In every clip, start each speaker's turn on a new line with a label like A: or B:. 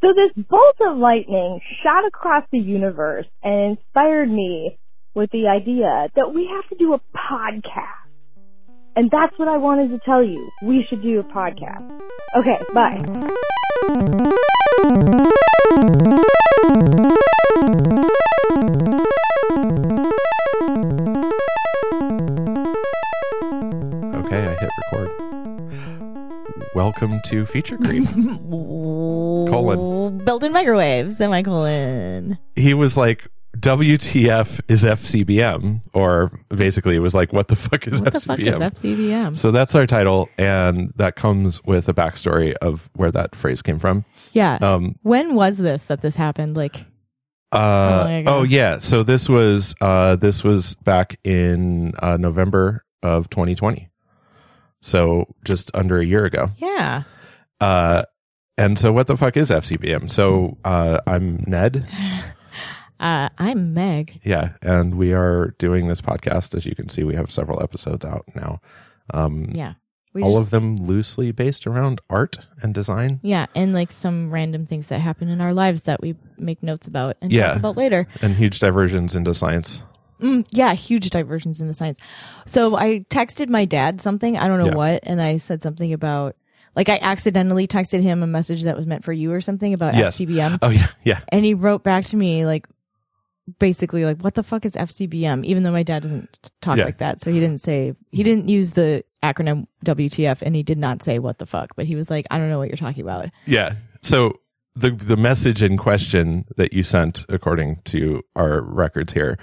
A: So this bolt of lightning shot across the universe and inspired me with the idea that we have to do a podcast. And that's what I wanted to tell you. We should do a podcast. Okay, bye.
B: Okay, I hit record. Welcome to Feature Creep. Colon.
C: Built in microwave, semicolon.
B: he was like, WTF is FCBM? Or basically, it was like, what the fuck is
C: What the fuck is
B: FCBM?
C: FCBM?
B: so that's our title, and that comes with a backstory of where that phrase came from.
C: yeah.
B: Um,
C: when was this that this happened? Like,
B: Uh,
C: How long ago?
B: oh yeah. So this was uh, this was back in uh, November of 2020. So just under a year ago.
C: yeah.
B: Uh, and so what the fuck is FCBM? So uh, I'm Ned.
C: Uh, I'm Meg.
B: Yeah, and we are doing this podcast. As you can see, we have several episodes out now. Um,
C: Yeah. We
B: all
C: just-
B: of them loosely based around art and design.
C: yeah, and like some random things that happen in our lives that we make notes about and
B: Yeah.
C: talk about later.
B: And huge diversions into science.
C: Mm, yeah, huge diversions into science. So I texted my dad something, I don't know
B: Yeah.
C: what, and I said something about like I accidentally texted him a message that was meant for you or something about
B: Yes.
C: FCBM.
B: Oh yeah, yeah.
C: And he wrote back to me like basically like what the fuck is FCBM even though my dad doesn't talk
B: Yeah.
C: like that. So he didn't say he didn't use the acronym WTF and he did not say what the fuck, but he was like I don't know what you're talking about.
B: Yeah. So the the message in question that you sent, according to our records here,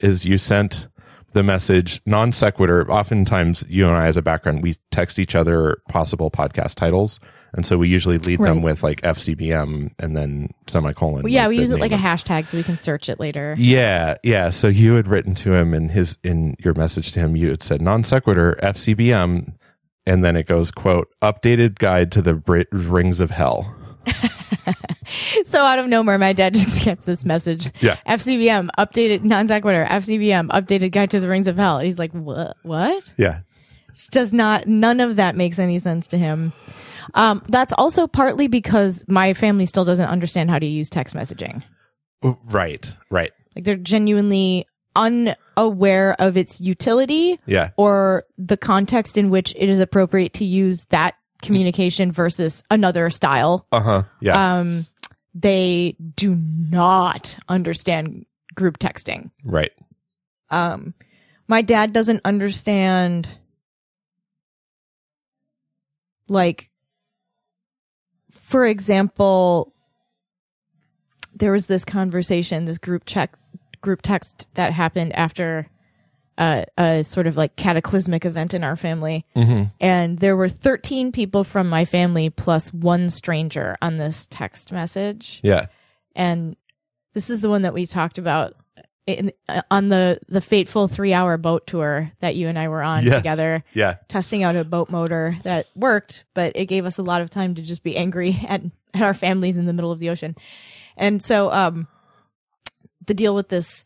B: is you sent the message non sequitur. Oftentimes, you and I, as a background, we text each other possible podcast titles, and so we usually lead them
C: Right.
B: with like FCBM and then semicolon.
C: Well, yeah,
B: like
C: we
B: the
C: use it like a
B: name of-
C: hashtag so we can search it later.
B: Yeah, yeah. So you had written to him in his in your message to him, you had said non sequitur FCBM, and then it goes quote updated guide to the br- rings of hell.
C: So out of nowhere, my dad just gets this message.
B: Yeah.
C: FCBM updated non sequitur. FCBM updated guide to the rings of hell. He's like, what? What?
B: Yeah.
C: Just does not. None of that makes any sense to him. Um, that's also partly because my family still doesn't understand how to use text messaging.
B: Right, right.
C: Like they're genuinely unaware of its utility
B: Yeah.
C: or the context in which it is appropriate to use that communication versus another style
B: Uh huh. Yeah.
C: um, they do not understand group texting.
B: right.
C: Um, my dad doesn't understand like for example there was this conversation this group check group text that happened after uh, a sort of like cataclysmic event in our family
B: Mm-hmm.
C: and there were 13 people from my family plus one stranger on this text message
B: Yeah.
C: and this is the one that we talked about in, uh, on the the fateful 3-hour boat tour that you and I were on
B: Yes.
C: together
B: Yeah.
C: testing out a boat motor that worked but it gave us a lot of time to just be angry at, at our families in the middle of the ocean and so um the deal with this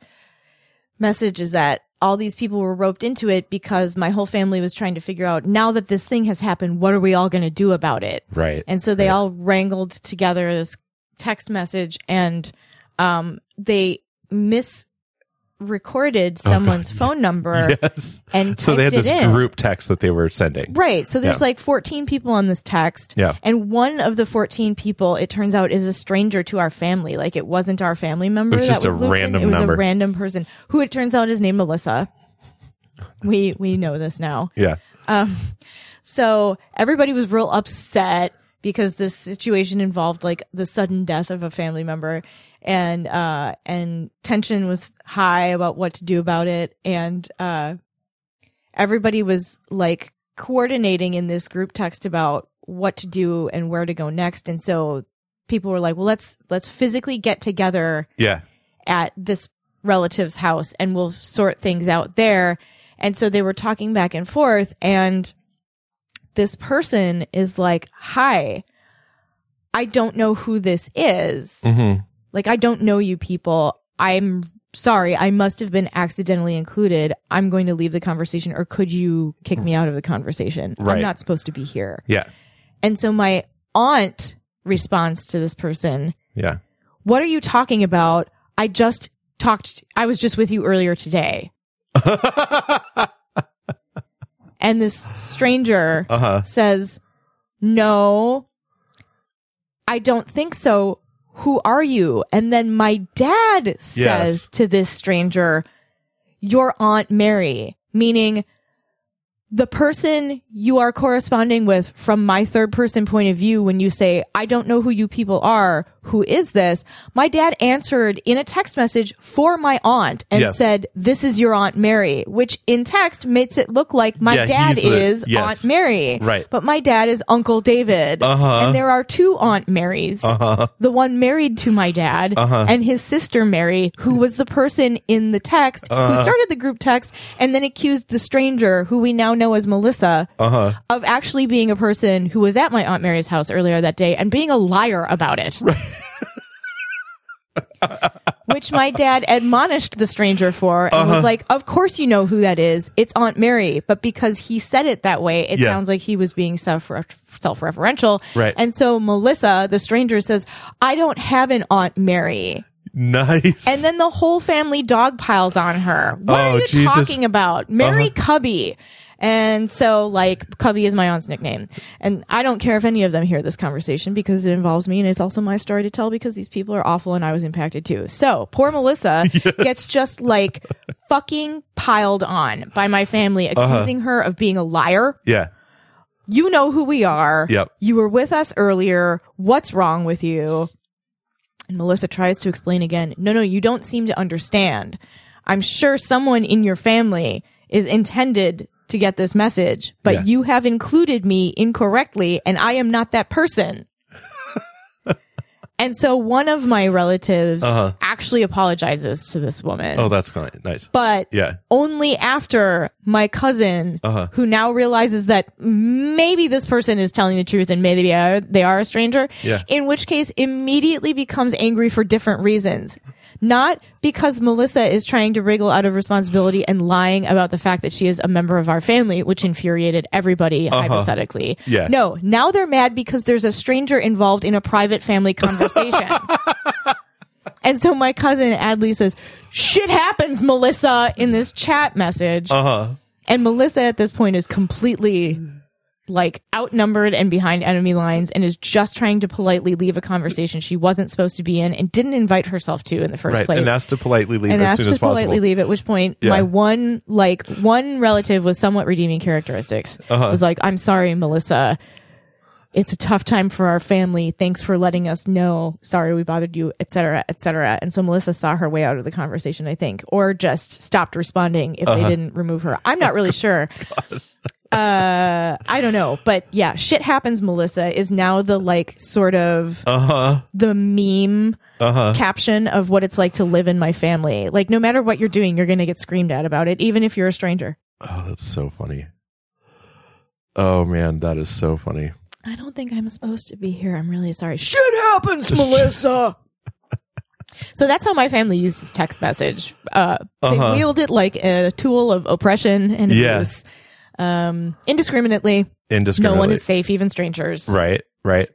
C: message is that all these people were roped into it because my whole family was trying to figure out now that this thing has happened what are we all going to do about it
B: Right.
C: and so they
B: Right.
C: all wrangled together this text message and um, they misrecorded
B: Oh, God.
C: someone's phone number
B: yes.
C: and
B: So they had
C: typed
B: this
C: it in.
B: group text that they were sending.
C: Right. So there's
B: Yeah.
C: like 14 people on this text.
B: Yeah.
C: And one of the 14 people, it turns out, is a stranger to our family. Like it wasn't our family member.
B: was just
C: that was
B: a
C: looped in.
B: random
C: It was
B: number.
C: a random person who it turns out is named Melissa. We we know this now.
B: Yeah.
C: Um, so everybody was real upset because this situation involved like the sudden death of a family member and uh and tension was high about what to do about it and uh everybody was like coordinating in this group text about what to do and where to go next and so people were like well let's let's physically get together
B: Yeah.
C: at this relative's house and we'll sort things out there. And so they were talking back and forth and this person is like, "Hi. I don't know who this is.
B: Mm-hmm.
C: Like I don't know you people. I'm sorry. I must have been accidentally included. I'm going to leave the conversation or could you kick me out of the conversation?
B: Right.
C: I'm not supposed to be here."
B: Yeah.
C: And so my aunt response to this person.
B: Yeah.
C: What are you talking about? I just talked, I was just with you earlier today.
B: uh
C: And this stranger
B: huh.
C: says, No, I don't think so. Who are you? And then my dad says to this stranger, Your Aunt Mary, meaning the person you are corresponding with from my third person point of view when you say, I don't know who you people are. Who is this? My dad answered in a text message for my aunt and
B: Yes.
C: said, This is your Aunt Mary, which in text makes it look like my
B: Yeah,
C: dad
B: he's the-
C: is
B: yes.
C: Aunt Mary.
B: Right.
C: But my dad is Uncle David.
B: Uh-huh.
C: And there are two Aunt Marys.
B: Uh-huh.
C: The one married to my dad
B: Uh-huh.
C: and his sister Mary, who was the person in the text who
B: Uh-huh.
C: started the group text and then accused the stranger, who we now know as Melissa,
B: Uh-huh.
C: of actually being a person who was at my Aunt Mary's house earlier that day and being a liar about it. Which my dad admonished the stranger for and
B: Uh-huh.
C: was like, Of course you know who that is. It's Aunt Mary. But because he said it that way, it
B: Yeah.
C: sounds like he was being self self referential.
B: Right.
C: And so Melissa, the stranger, says, I don't have an Aunt Mary.
B: Nice.
C: And then the whole family dog piles on her. What
B: Oh,
C: are you
B: Jesus. Uh-huh.
C: talking about? Mary Cubby. And so, like, Cubby is my aunt's nickname. And I don't care if any of them hear this conversation because it involves me and it's also my story to tell because these people are awful and I was impacted too. So, poor Melissa gets just like fucking piled on by my family,
B: Uh-huh.
C: accusing her of being a liar.
B: yeah.
C: You know who we are.
B: Yep.
C: You were with us earlier. What's wrong with you? And Melissa tries to explain again. No, no, you don't seem to understand. I'm sure someone in your family is intended to get this message, but
B: Yeah.
C: you have included me incorrectly and I am not that person. and so one of my relatives
B: Uh-huh.
C: actually apologizes to this woman.
B: Oh, that's kind nice.
C: but
B: Yeah.
C: only after my cousin,
B: Uh-huh.
C: who now realizes that maybe this person is telling the truth and maybe they are, they are a stranger,
B: Yeah.
C: in which case immediately becomes angry for different reasons. Not because Melissa is trying to wriggle out of responsibility and lying about the fact that she is a member of our family, which infuriated everybody hypothetically.
B: Uh-huh. Yeah.
C: No, now they're mad because there's a stranger involved in a private family conversation. And so my cousin Adley says, shit happens, Melissa, in this chat message.
B: Uh-huh.
C: And Melissa at this point is completely like outnumbered and behind enemy lines and is just trying to politely leave a conversation she wasn't supposed to be in and didn't invite herself to in the first
B: Right.
C: place.
B: And that's to politely leave
C: And
B: as
C: asked
B: soon
C: to
B: as possible.
C: politely leave, at which point
B: Yeah.
C: my one like one relative with somewhat redeeming characteristics
B: Uh-huh.
C: was like, I'm sorry, Melissa. It's a tough time for our family. Thanks for letting us know. Sorry we bothered you, et cetera, et cetera. And so Melissa saw her way out of the conversation, I think, or just stopped responding if
B: Uh-huh.
C: they didn't remove her. I'm not really sure.
B: Oh,
C: uh, I don't know. But yeah, shit happens, Melissa is now the like sort of
B: Uh-huh.
C: the meme
B: Uh-huh.
C: caption of what it's like to live in my family. Like, no matter what you're doing, you're going to get screamed at about it, even if you're a stranger.
B: Oh, that's so funny. Oh man, that is so funny.
C: I don't think I'm supposed to be here. I'm really sorry. Shit happens, Melissa. So that's how my family used this text message. Uh,
B: Uh-huh.
C: They wield it like a tool of oppression and
B: Yeah.
C: abuse, um, indiscriminately. No
B: Indiscriminately.
C: one is safe, even strangers.
B: right, right.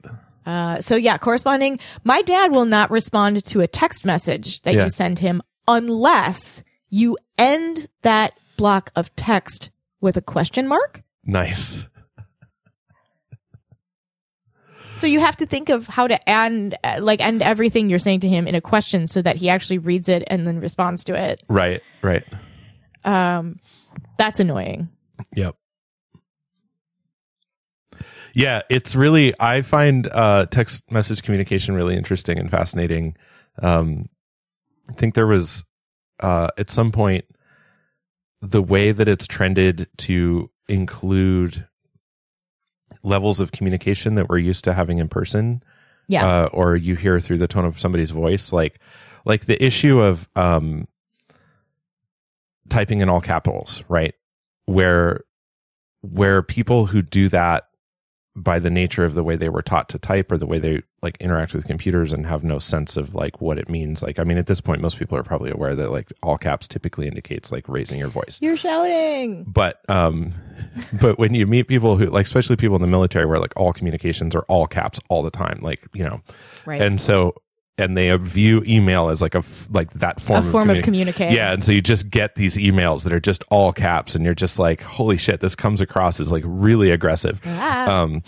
C: Uh, so yeah, corresponding. My dad will not respond to a text message that
B: Yeah.
C: you send him unless you end that block of text with a question mark.
B: Nice.
C: So you have to think of how to end, uh, like end everything you're saying to him in a question, so that he actually reads it and then responds to it.
B: Right, right.
C: Um, that's annoying.
B: Yep. Yeah, it's really I find uh text message communication really interesting and fascinating. Um I think there was uh at some point the way that it's trended to include levels of communication that we're used to having in person
C: Yeah.
B: uh, or you hear through the tone of somebody's voice like like the issue of um typing in all capitals right where where people who do that by the nature of the way they were taught to type or the way they like interact with computers and have no sense of like what it means. Like, I mean, at this point, most people are probably aware that like all caps typically indicates like raising your voice.
C: You're shouting.
B: But um, but when you meet people who like, especially people in the military, where like all communications are all caps all the time, like you know,
C: Right.
B: and so and they view email as like a f- like that form
C: a form of
B: communi-
C: communication.
B: yeah, and so you just get these emails that are just all caps, and you're just like, holy shit, this comes across as like really aggressive.
C: Ah.
B: Um,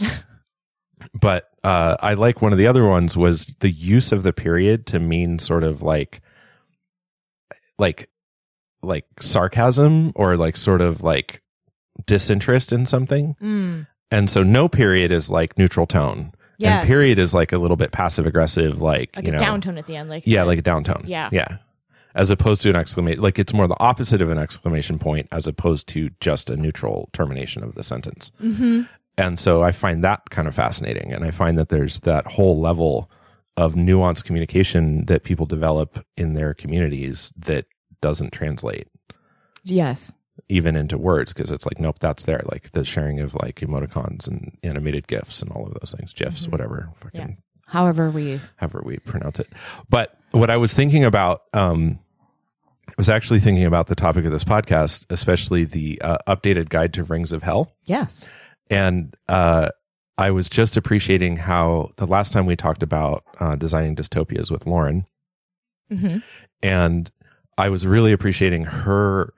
B: but uh, I like one of the other ones was the use of the period to mean sort of like, like, like sarcasm or like sort of like disinterest in something.
C: Mm.
B: And so no period is like neutral tone.
C: Yes.
B: And period is like a little bit passive aggressive, like,
C: Like
B: you
C: a
B: know,
C: downtone at the end. Like
B: yeah, like a downtone.
C: Yeah.
B: Yeah. As opposed to an exclamation, like it's more the opposite of an exclamation point as opposed to just a neutral termination of the sentence.
C: hmm
B: And so I find that kind of fascinating. And I find that there's that whole level of nuanced communication that people develop in their communities that doesn't translate
C: Yes.
B: even into words because it's like, nope, that's there. Like the sharing of like emoticons and animated GIFs and all of those things, GIFs,
C: Mhm.
B: whatever. Fucking
C: Yeah. However we
B: however we pronounce it. But what I was thinking about, um, I was actually thinking about the topic of this podcast, especially the uh, updated guide to Rings of Hell.
C: Yes.
B: And uh, I was just appreciating how the last time we talked about uh, designing dystopias with Lauren, Mm-hmm.
C: hmm
B: and I was really appreciating her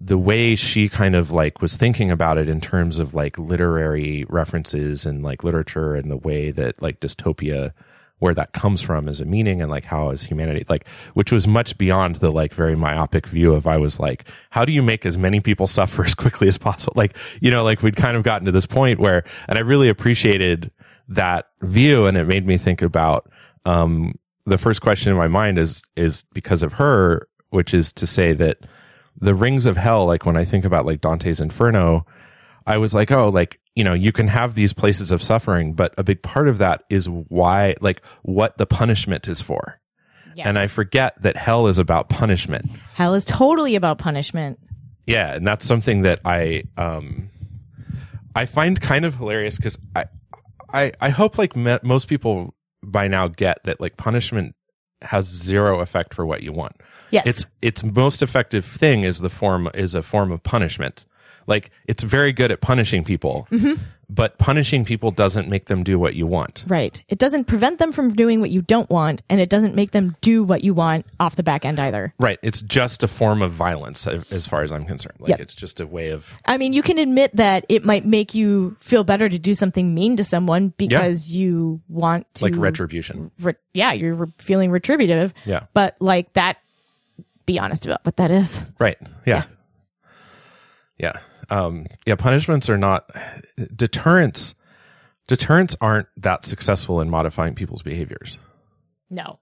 B: the way she kind of like was thinking about it in terms of like literary references and like literature and the way that like dystopia where that comes from as a meaning and like how is humanity like which was much beyond the like very myopic view of I was like how do you make as many people suffer as quickly as possible like you know like we'd kind of gotten to this point where and I really appreciated that view and it made me think about um the first question in my mind is is because of her which is to say that the rings of hell like when i think about like dante's inferno i was like oh like you know you can have these places of suffering but a big part of that is why like what the punishment is for
C: Yes.
B: and i forget that hell is about punishment
C: Hell is totally about punishment.
B: yeah and that's something that i um i find kind of hilarious because I, I i hope like me- most people by now get that like punishment has zero effect for what you want
C: Yes.
B: it's its most effective thing is the form is a form of punishment like it's very good at punishing people
C: Mm-hmm.
B: but punishing people doesn't make them do what you want
C: right. It doesn't prevent them from doing what you don't want, and it doesn't make them do what you want off the back end either.
B: right it's just a form of violence a- as far as i'm concerned like
C: Yep.
B: it's just a way of
C: I mean, you can admit that it might make you feel better to do something mean to someone because you want to
B: like retribution
C: re- yeah, you're re- feeling retributive.
B: Yeah.
C: But like that, be honest about what that is.
B: Right. Yeah. Yeah. Um, yeah. Punishments are not deterrents. Deterrents aren't that successful in modifying people's behaviors.
C: No.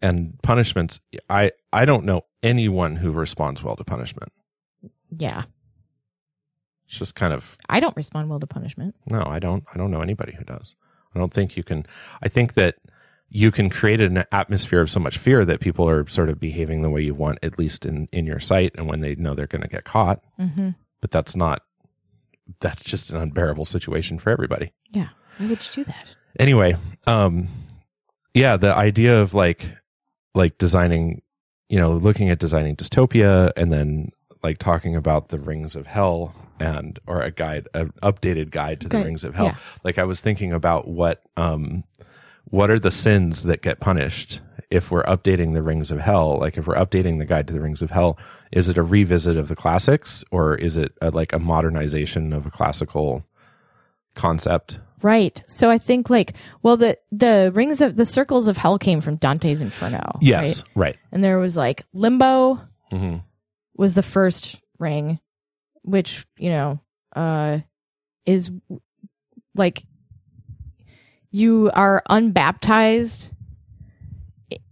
B: And punishments, I I don't know anyone who responds well to punishment.
C: Yeah.
B: It's just kind of
C: I don't respond well to punishment.
B: no. I don't. I don't know anybody who does. I don't think you can. I think that you can create an atmosphere of so much fear that people are sort of behaving the way you want, at least in in your sight, and when they know they're going to get caught.
C: Mm-hmm.
B: but that's not that's just an unbearable situation for everybody
C: Yeah. Why would you do that?
B: anyway um yeah the idea of like like designing you know looking at designing dystopia and then like talking about the rings of hell and or a guide an updated guide to the
C: Good.
B: rings of hell
C: Yeah.
B: like i was thinking about what um what are the sins that get punished if we're updating the rings of hell like if we're updating the guide to the rings of hell is it a revisit of the classics or is it a, like a modernization of a classical concept
C: Right. So I think like well the the rings of the circles of hell came from Dante's Inferno.
B: yes
C: right?
B: right,
C: And there was like limbo
B: hmm
C: was the first ring, which, you know, uh is like you are unbaptized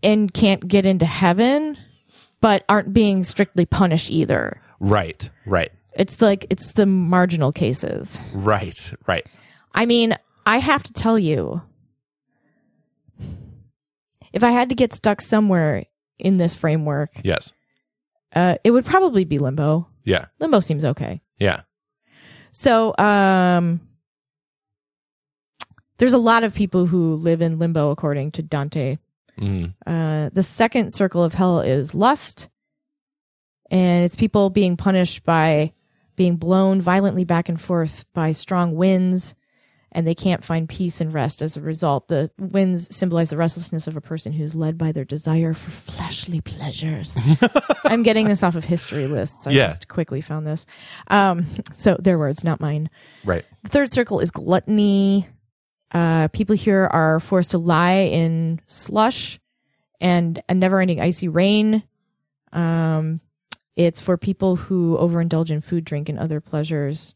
C: and can't get into heaven, but aren't being strictly punished either.
B: right right
C: It's like it's the marginal cases.
B: right right
C: I mean, I have to tell you, if I had to get stuck somewhere in this framework,
B: yes
C: uh, it would probably be limbo.
B: yeah
C: Limbo seems okay.
B: yeah
C: So, um, there's a lot of people who live in limbo according to Dante.
B: Mm.
C: Uh, the second circle of hell is lust, and it's people being punished by being blown violently back and forth by strong winds, and they can't find peace and rest as a result. The winds symbolize the restlessness of a person who's led by their desire for fleshly pleasures. I'm getting this off of history lists. I
B: Yeah.
C: just quickly found this. Um, so their words, not mine.
B: Right.
C: The third circle is gluttony. Uh, people here are forced to lie in slush and a never ending icy rain. Um, it's for people who overindulge in food, drink, and other pleasures.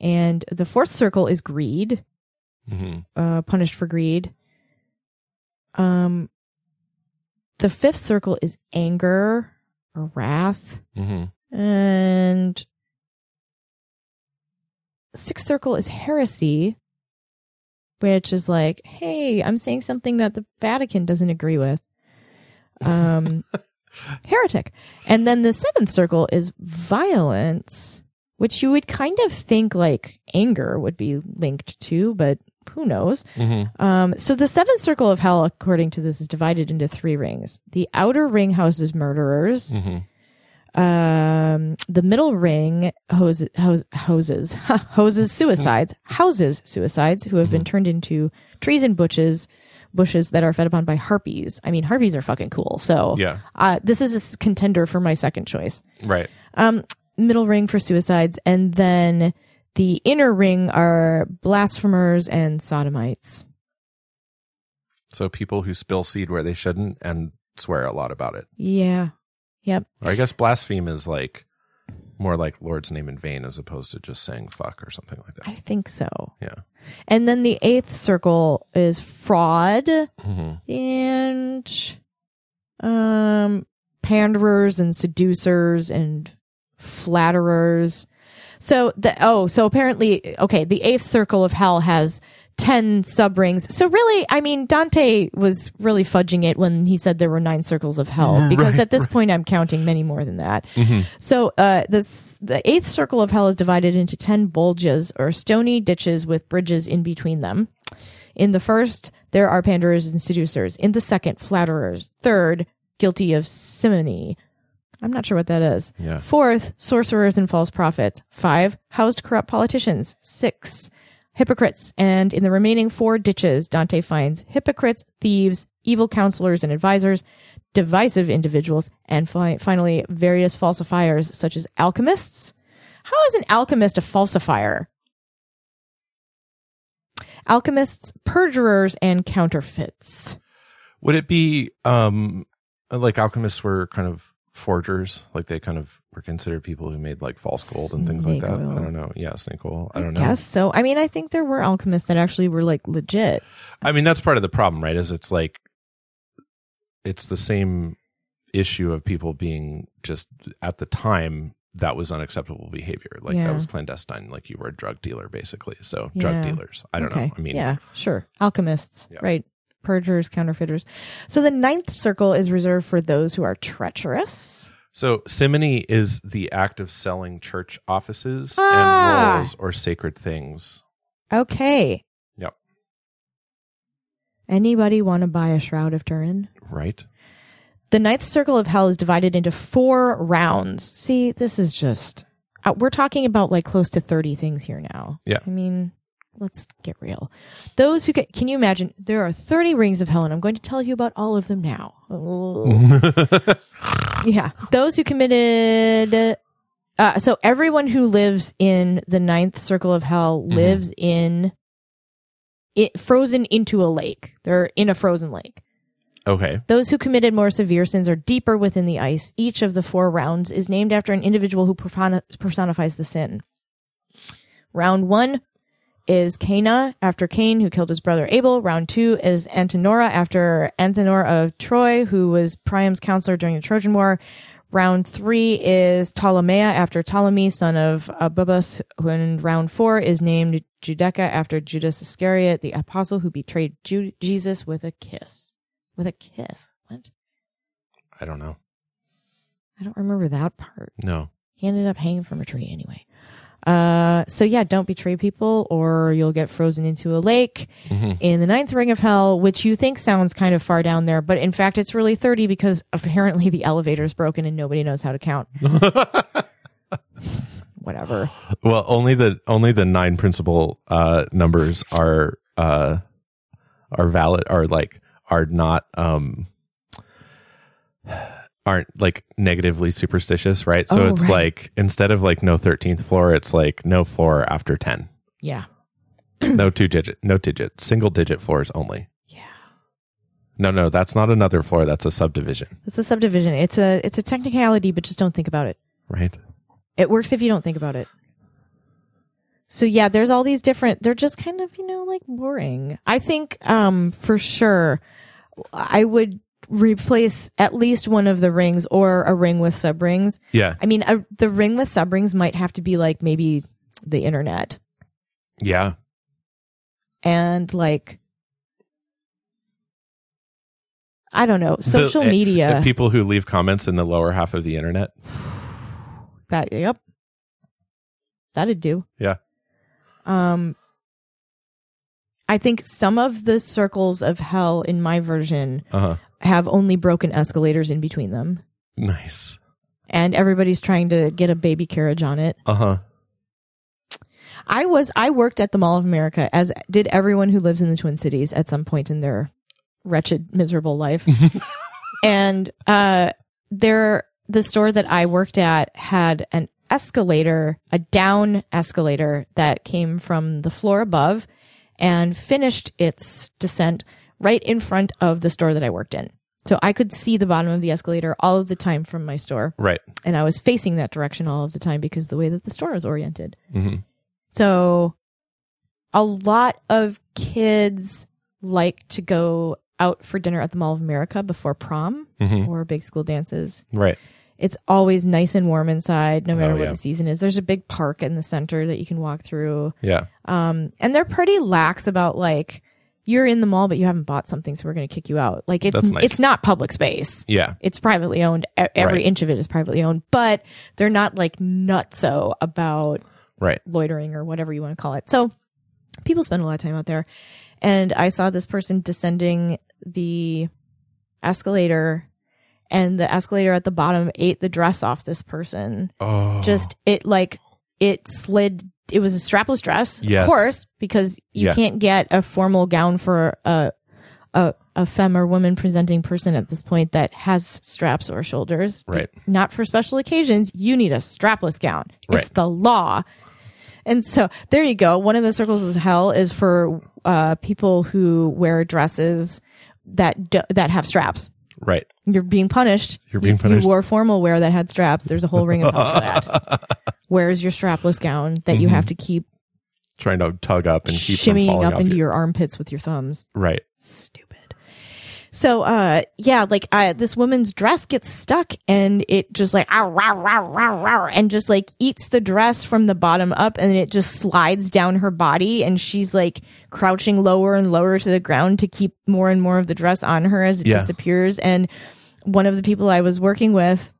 C: And the fourth circle is greed,
B: hmm
C: uh, punished for greed. Um, the fifth circle is anger or wrath.
B: hmm
C: And sixth circle is heresy, which is like, hey, I'm saying something that the Vatican doesn't agree with. Um, heretic. And then the seventh circle is violence, which you would kind of think like anger would be linked to, but who knows?
B: hmm
C: Um, so the seventh circle of hell, according to this, is divided into three rings. The outer ring houses murderers
B: hmm
C: um the middle ring hose, hose, hoses hoses suicides houses suicides who have been
B: Mm-hmm.
C: turned into trees and bushes bushes that are fed upon by harpies i mean harpies are fucking cool so
B: Yeah.
C: uh, this is a s- contender for my second choice
B: Right.
C: um middle ring for suicides and then the inner ring are blasphemers and sodomites
B: So people who spill seed where they shouldn't and swear a lot about it.
C: yeah yep
B: Or I guess blaspheme is like more like Lord's name in vain as opposed to just saying fuck or something like
C: i
B: that.
C: think so
B: Yeah.
C: and then the eighth circle is fraud
B: hmm
C: and um panderers and seducers and flatterers so the oh so apparently okay the eighth circle of hell has 10 sub rings so really i mean dante was really fudging it when he said there were nine circles of hell because
B: Right,
C: at this point i'm counting many more than that
B: Mm-hmm.
C: so uh this the eighth circle of hell is divided into 10 bulges or stony ditches with bridges in between them in the first, there are panderers and seducers. In the second, flatterers. Third, guilty of simony. I'm not sure what that is.
B: Yeah.
C: Fourth, sorcerers and false prophets. Five, housed corrupt politicians. Six, hypocrites. And in the remaining four ditches, Dante finds hypocrites, thieves, evil counselors and advisors, divisive individuals, and fi- finally, various falsifiers such as alchemists. How is an alchemist a falsifier? alchemists, perjurers, and counterfeits.
B: Would it be um like alchemists were kind of forgers, like they kind of were considered people who made like false gold and things like
C: Snake
B: that?
C: oil.
B: I don't know. Yeah, snake oil. I don't know.
C: Yes, so I mean, I think there were alchemists that actually were like legit.
B: I mean, that's part of the problem, right? Is it's like it's the same issue of people being just at the time that was unacceptable behavior, like
C: Yeah.
B: that was clandestine, like you were a drug dealer, basically. So drug
C: Yeah.
B: dealers. I don't
C: Okay,
B: know. I mean,
C: yeah, sure, alchemists,
B: Yeah.
C: right? Perjurers, counterfeiters. So the ninth circle is reserved for those who are treacherous.
B: so simony is the act of selling church offices
C: Ah.
B: and rolls or sacred things.
C: Okay.
B: Yep.
C: Anybody want to buy a shroud of Turin?
B: Right.
C: The ninth circle of hell is divided into four rounds. See, this is just. Uh, we're talking about like close to 30 things here now.
B: Yeah.
C: I mean, let's get real. Those who get. Can you imagine? There are 30 rings of hell, and I'm going to tell you about all of them now. Oh. yeah. Those who committed. Uh, so everyone who lives in the ninth circle of hell
B: Mhm.
C: lives in. It, frozen into a lake. They're in a frozen lake.
B: okay.
C: Those who committed more severe sins are deeper within the ice. Each of the four rounds is named after an individual who profana- personifies the sin. Round one is Cana, after Cain, who killed his brother Abel. Round two is Antinora, after Antinor of Troy, who was Priam's counselor during the Trojan War. Round three is Ptolemaea, after Ptolemy, son of uh, Bubas. And round four is named Judeca, after Judas Iscariot, the apostle who betrayed Ju- Jesus with a kiss with a kiss. What?
B: I don't know.
C: I don't remember that part.
B: No.
C: He ended up hanging from a tree anyway. Uh, so yeah, don't betray people or you'll get frozen into a lake
B: Mhm.
C: in the ninth ring of hell, which you think sounds kind of far down there, but in fact, it's really 30 because apparently the elevator's broken and nobody knows how to count. Whatever.
B: Well, only the only the nine principal uh, numbers are uh, are valid are like are not um, aren't like negatively superstitious, right? So
C: Oh,
B: it's
C: right.
B: like instead of like no thirteenth floor, it's like no floor after ten,
C: Yeah.
B: no two digit, no digit, single digit floors only.
C: Yeah.
B: No, no, that's not another floor. That's a subdivision,
C: It's a subdivision. It's a, it's a technicality, but just don't think about it.
B: right?
C: It works if you don't think about it. So yeah, there's all these different they're just kind of, you know, like boring. I think um for sure I would replace at least one of the rings or a ring with sub rings.
B: Yeah,
C: I mean, a, the ring with sub rings might have to be like maybe the internet
B: yeah.
C: and like I don't know,
B: The-
C: social
B: eh,
C: media.
B: The people who leave comments in the lower half of the internet.
C: That yep. That'd do.
B: Yeah.
C: Um I think some of the circles of hell in my version
B: Uh huh.
C: have only broken escalators in between them.
B: Nice.
C: And everybody's trying to get a baby carriage on it.
B: Uh huh.
C: I was I worked at the Mall of America, as did everyone who lives in the Twin Cities at some point in their wretched, miserable life. and uh there the store that I worked at had an escalator, a down escalator that came from the floor above and finished its descent right in front of the store that I worked in. So I could see the bottom of the escalator all of the time from my store
B: Right.
C: and I was facing that direction all of the time because the way that the store was oriented.
B: Mm-hmm.
C: So a lot of kids like to go out for dinner at the Mall of America before prom
B: Mm-hmm.
C: or big school dances.
B: Right.
C: It's always nice and warm inside, no matter
B: Oh,
C: what
B: yeah.
C: the season is. There's a big park in the center that you can walk through.
B: Yeah.
C: Um, and they're pretty lax about like, you're in the mall, but you haven't bought something, so we're going to kick you out. Like it's
B: That's nice.
C: it's not public space
B: Yeah.
C: it's privately owned. E- Every
B: Right.
C: inch of it is privately owned, but they're not like nutso about
B: Right.
C: loitering or whatever you want to call it. So people spend a lot of time out there. And I saw this person descending the escalator, and the escalator at the bottom ate the dress off this person.
B: Oh.
C: Just it like it slid. It was a strapless dress,
B: Yes.
C: of course, because you
B: Yeah.
C: can't get a formal gown for a a a femme or woman presenting person at this point that has straps or shoulders. But
B: Right.
C: Not for special occasions. You need a strapless gown. It's
B: Right.
C: the law. And so there you go. One of the circles of hell is for uh, people who wear dresses that do- that have straps.
B: Right.
C: You're being punished.
B: You're being punished.
C: You wore formal wear that had straps. There's a whole ring of hell for that. Where's your strapless gown that you have to keep
B: Trying to tug up Mm-hmm. and keep from
C: shimmying
B: falling
C: up
B: off
C: into
B: your,
C: your armpits with your thumbs?
B: right.
C: stupid so uh yeah like uh this woman's dress gets stuck and it just like ah, rah, rah, rah, rah, and just like eats the dress from the bottom up and it just slides down her body and she's like crouching lower and lower to the ground to keep more and more of the dress on her as it
B: Yeah.
C: disappears and one of the people i was working with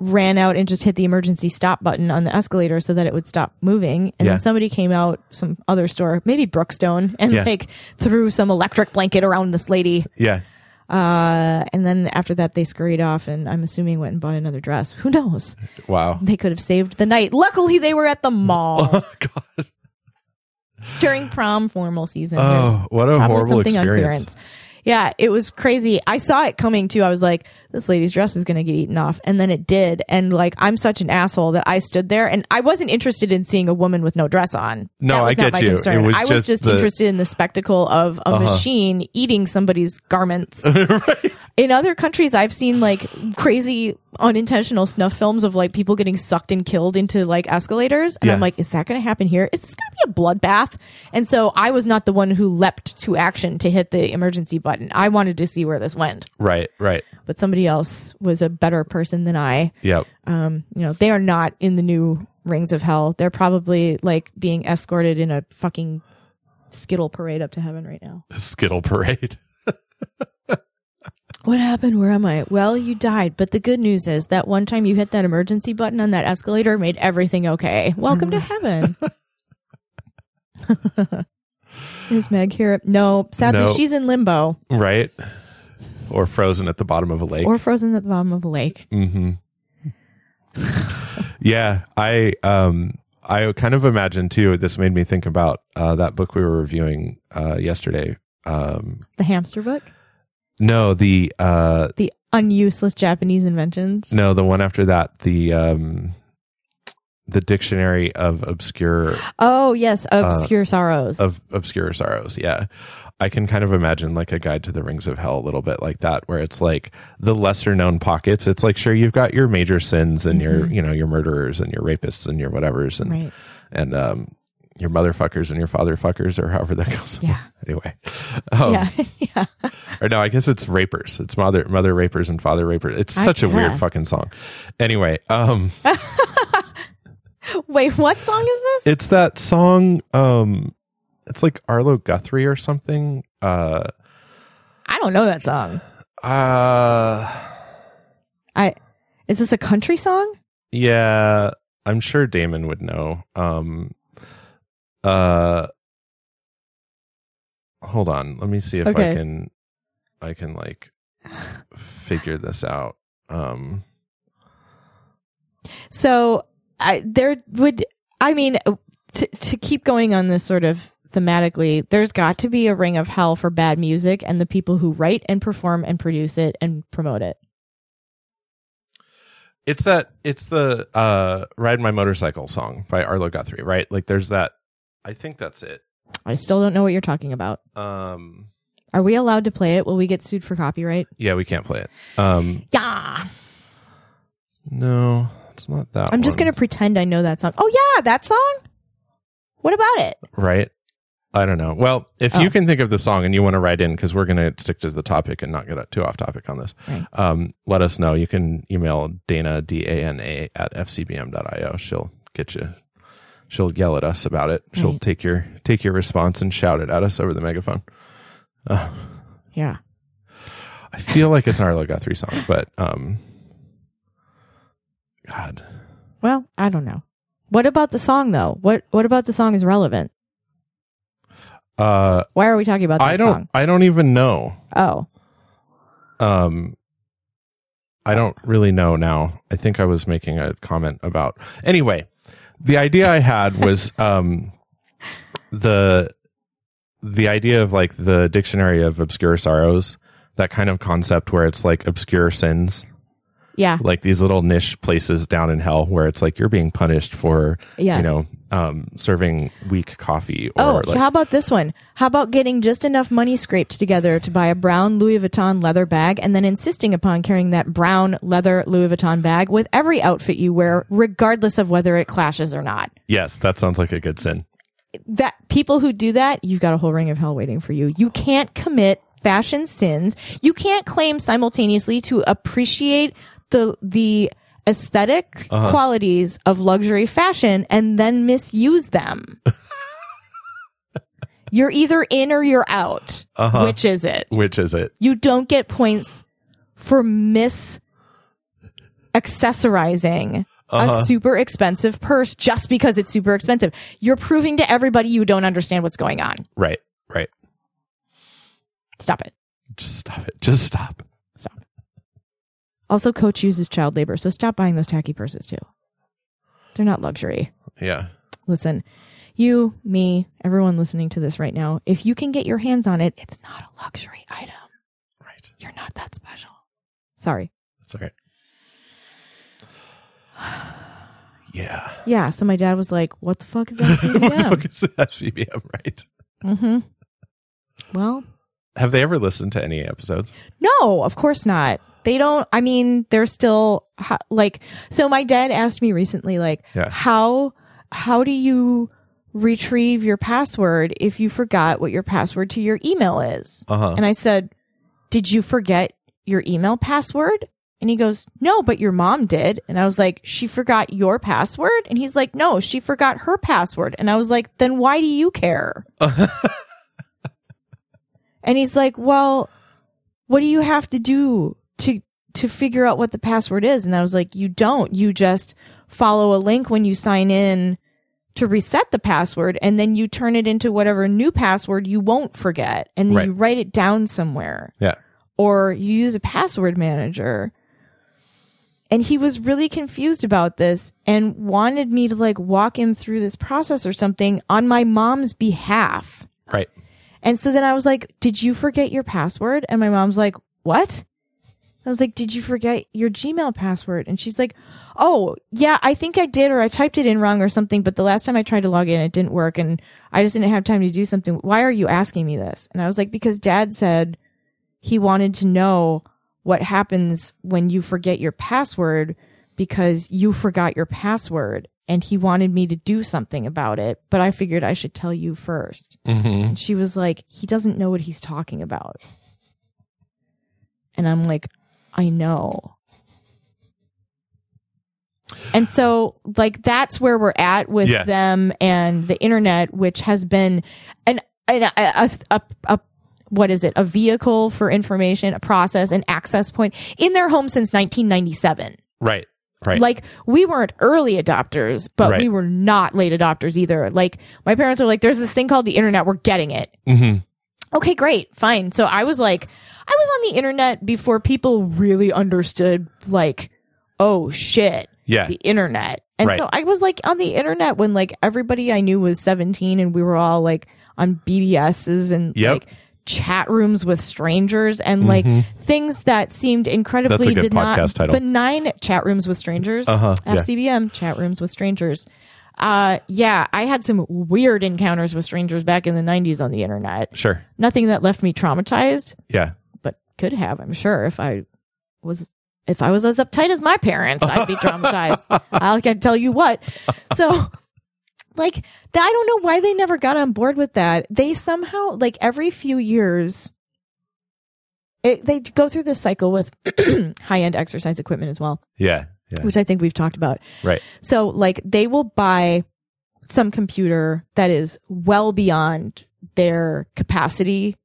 C: ran out and just hit the emergency stop button on the escalator so that it would stop moving. And
B: Yeah.
C: then somebody came out, some other store, maybe Brookstone, and
B: Yeah.
C: like threw some electric blanket around this lady.
B: Yeah.
C: Uh, and then after that, they scurried off and I'm assuming went and bought another dress. Who knows?
B: Wow.
C: They could have saved the night. Luckily, they were at the mall
B: Oh God.
C: during prom formal season. There's
B: Oh, what a
C: probably
B: horrible
C: something on
B: experience.
C: clearance. Yeah, it was crazy. I saw it coming too. I was like, this lady's dress is going to get eaten off. And then it did. And like, I'm such an asshole that I stood there and I wasn't interested in seeing a woman with no dress on.
B: No,
C: That was
B: I
C: not
B: get
C: my
B: you. It
C: Concern.
B: was
C: I was
B: just
C: just
B: the- Uh-huh.
C: interested in the spectacle of a machine eating somebody's garments.
B: right.
C: in other countries, I've seen like crazy unintentional snuff films of like people getting sucked and killed into like escalators. And
B: Yeah.
C: I'm like, is that going to happen here? Is this going to be a bloodbath? And so I was not the one who leapt to action to hit the emergency button. I wanted to see where this went,
B: Right. Right.
C: but somebody else was a better person than I.
B: Yep.
C: Um, you know, they are not in the new rings of hell. They're probably like being escorted in a fucking skittle parade up to heaven right now.
B: Skittle parade.
C: What happened? Where am I? Well, you died, but the good news is that one time you hit that emergency button on that escalator made everything okay. Welcome to heaven. is Meg here? No, sadly,
B: No.
C: she's in limbo
B: right? Or frozen at the bottom of a lake.
C: or frozen at the bottom of a lake.
B: hmm yeah, I um I kind of imagine too. This made me think about uh, that book we were reviewing uh, yesterday. Um,
C: The hamster book,
B: no, the uh,
C: the unuseless Japanese inventions.
B: no, the one after that, the um, the Dictionary of Obscure
C: Oh yes, obscure sorrows.
B: of Obscure Sorrows. Yeah, I can kind of imagine like a Guide to the Rings of Hell a little bit like that, where it's like the lesser known pockets. It's like sure you've got your major sins and your you know your murderers and your rapists and your whatevers and
C: Mm-hmm. right.
B: and um, your motherfuckers and your fatherfuckers or however that goes.
C: Yeah.
B: anyway, um,
C: yeah. yeah.
B: or no, I guess it's rapers. It's mother mother rapers and father rapers. It's
C: I
B: such a weird
C: guess.
B: fucking song. Anyway, um,
C: Wait, what song is this?
B: it's that song. Um, it's like Arlo Guthrie or something. Uh,
C: I don't know that song.
B: uh,
C: I is this a country song?
B: yeah, I'm sure Damon would know. Um, uh, hold on, let me see if
C: Okay.
B: I can, I can like figure this out. Um,
C: So I there would I mean to to keep going on this sort of thematically, there's got to be a ring of hell for bad music and the people who write and perform and produce it and promote it.
B: it's that it's the uh ride my motorcycle song by arlo guthrie right like there's that i think that's it
C: I still don't know what you're talking about.
B: um
C: Are we allowed to play it? Will we get sued for copyright?
B: yeah we can't play it um
C: Yeah.
B: no it's not that
C: I'm just
B: one,
C: going to pretend I know that song. Oh yeah, that song? What about it?
B: right i don't know well if
C: Oh.
B: you can think of the song and you want to write in because we're going to stick to the topic and not get too off topic on this
C: Right.
B: um let us know you can email dana d-a-n-a at fcbm.io she'll get you she'll yell at us about it she'll
C: Right.
B: take your take your response and shout it at us over the megaphone
C: Yeah.
B: I feel like it's an Arlo Guthrie song, but um, God,
C: Well, I don't know. What about the song though? What what about the song is relevant?
B: uh,
C: Why are we talking about that
B: I don't,
C: song?
B: I don't even know.
C: Oh,
B: Um, I don't really know now. I think I was making a comment about anyway. The idea I had was um, the the idea of like the Dictionary of Obscure Sorrows, that kind of concept where it's like obscure sins,
C: yeah,
B: like these little niche places down in hell where it's like you're being punished for
C: yeah.
B: you know, um, serving weak coffee
C: oh,
B: or like,
C: how about this one? How about getting just enough money scraped together to buy a brown Louis Vuitton leather bag and then insisting upon carrying that brown leather Louis Vuitton bag with every outfit you wear, regardless of whether it clashes or not?
B: yes, that sounds like a good sin.
C: That people who do that, you've got a whole ring of hell waiting for you. You can't commit fashion sins. You can't claim simultaneously to appreciate the the aesthetic qualities of luxury fashion and then misuse them. you're either in or you're out.
B: Uh-huh.
C: Which is it?
B: Which is it?
C: You don't get points for mis accessorizing
B: Uh-huh.
C: a super expensive purse just because it's super expensive. You're proving to everybody you don't understand what's going on.
B: Right, right.
C: Stop it.
B: Just stop it. Just stop.
C: Stop. Also, Coach uses child labor, so stop buying those tacky purses too. They're not luxury.
B: Yeah.
C: Listen, you, me, everyone listening to this right now, if you can get your hands on it, it's not a luxury item.
B: Right.
C: You're not that special. Sorry.
B: That's all right. Yeah.
C: Yeah. So my dad was like, "What the fuck is
B: what the
C: FCBM?"
B: fuck is the FGBM? Right.
C: mm-hmm. Well,
B: Have they ever listened to any episodes?
C: No, of course not. They don't. I mean, they're still ho- like. So my dad asked me recently, like,
B: Yeah.
C: how how do you retrieve your password if you forgot what your password to your email is?
B: Uh huh.
C: And I said, Did you forget your email password? And he goes, No, but your mom did. And I was like, She forgot your password? And he's like, No, she forgot her password. And I was like, Then why do you care? and he's like, Well, what do you have to do to to figure out what the password is? And I was like, you don't. You just follow a link when you sign in to reset the password and then you turn it into whatever new password you won't forget and then
B: Right.
C: you write it down somewhere.
B: Yeah.
C: Or you use a password manager. And he was really confused about this and wanted me to like walk him through this process or something on my mom's behalf.
B: Right.
C: And so then I was like, Did you forget your password? And my mom's like, What? I was like, Did you forget your Gmail password? And she's like, Oh, yeah, I think I did, or I typed it in wrong or something. But the last time I tried to log in, it didn't work. And I just didn't have time to do something. Why are you asking me this? And I was like, Because dad said he wanted to know what happens when you forget your password because you forgot your password. And he wanted me to do something about it, but I figured I should tell you first.
B: Mm-hmm.
C: And she was like, he doesn't know what he's talking about. And I'm like, I know. And so, like, that's where we're at with
B: Yeah.
C: them and the internet, which has been an, an a, a, a, a what is it? A vehicle for information, a process, an access point in their home since 1997.
B: Right. Right.
C: Like we weren't early adopters, but
B: Right.
C: we were not late adopters either. Like my parents were like, "There's this thing called the internet. We're getting it."
B: mm-hmm.
C: Okay, great, fine. So I was like, I was on the internet before people really understood, like, oh shit,
B: Yeah.
C: the internet. And
B: Right.
C: so I was like on the internet when like everybody I knew was 17 and we were all like on BBSs and
B: Yep.
C: like chat rooms with strangers and like
B: Mhm.
C: things that seemed incredibly
B: That's a good
C: did not
B: podcast title.
C: benign chat rooms with strangers.
B: Uh-huh, yeah.
C: FCBM chat rooms with strangers. Uh yeah, I had some weird encounters with strangers back in the 90s on the internet
B: Sure.
C: nothing that left me traumatized,
B: Yeah.
C: but could have, I'm sure, if I was if I was as uptight as my parents, I'd be traumatized. I can tell you what. So like th- I don't know why they never got on board with that. They somehow like every few years it, they go through this cycle with high-end exercise equipment as well,
B: Yeah. Yeah.
C: which I think we've talked about.
B: Right.
C: So like they will buy some computer that is well beyond their capacity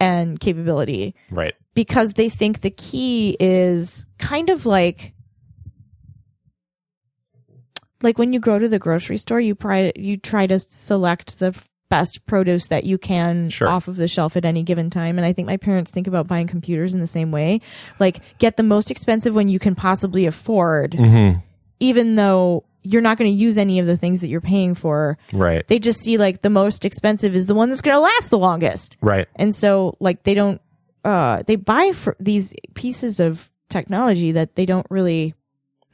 C: and capability
B: Right.
C: because they think the key is kind of like like when you go to the grocery store you try you try to select the f- best produce that you can
B: Sure.
C: off of the shelf at any given time and i think my parents think about buying computers in the same way like get the most expensive one you can possibly afford
B: Mm-hmm.
C: even though you're not going to use any of the things that you're paying for,
B: Right.
C: they just see like the most expensive is the one that's going to last the longest.
B: Right.
C: And so like they don't uh they buy for these pieces of technology that they don't really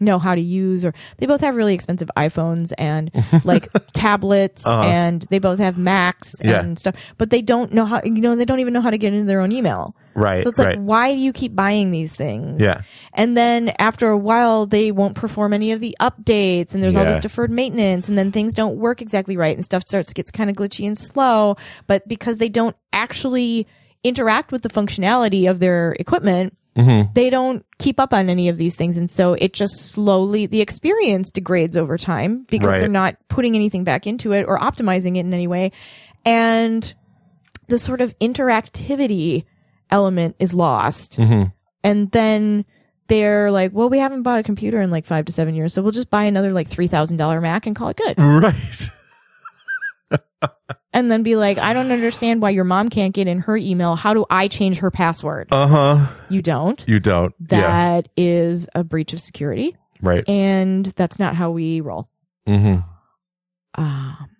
C: know how to use or they both have really expensive iPhones and like tablets
B: Uh-huh.
C: and they both have Macs
B: Yeah.
C: and stuff, but they don't know how you know they don't even know how to get into their own email.
B: Right.
C: So it's like,
B: right.
C: why do you keep buying these things?
B: Yeah.
C: And then after a while, they won't perform any of the updates, and there's all this
B: Yeah.
C: deferred maintenance, and then things don't work exactly right, and stuff starts gets kind of glitchy and slow. But because they don't actually interact with the functionality of their equipment,
B: Mm-hmm.
C: they don't keep up on any of these things, and so it just slowly the experience degrades over time because
B: Right.
C: they're not putting anything back into it or optimizing it in any way, and the sort of interactivity element is lost
B: Mm-hmm.
C: and then they're like, well, we haven't bought a computer in like five to seven years, so we'll just buy another like three thousand dollar Mac and call it good,
B: Right.
C: and then be like, I don't understand why your mom can't get in her email. How do I change her password?
B: Uh huh.
C: You don't.
B: You don't. yeah.
C: That is a breach of security,
B: Right.
C: and that's not how we roll.
B: Mm-hmm.
C: Um,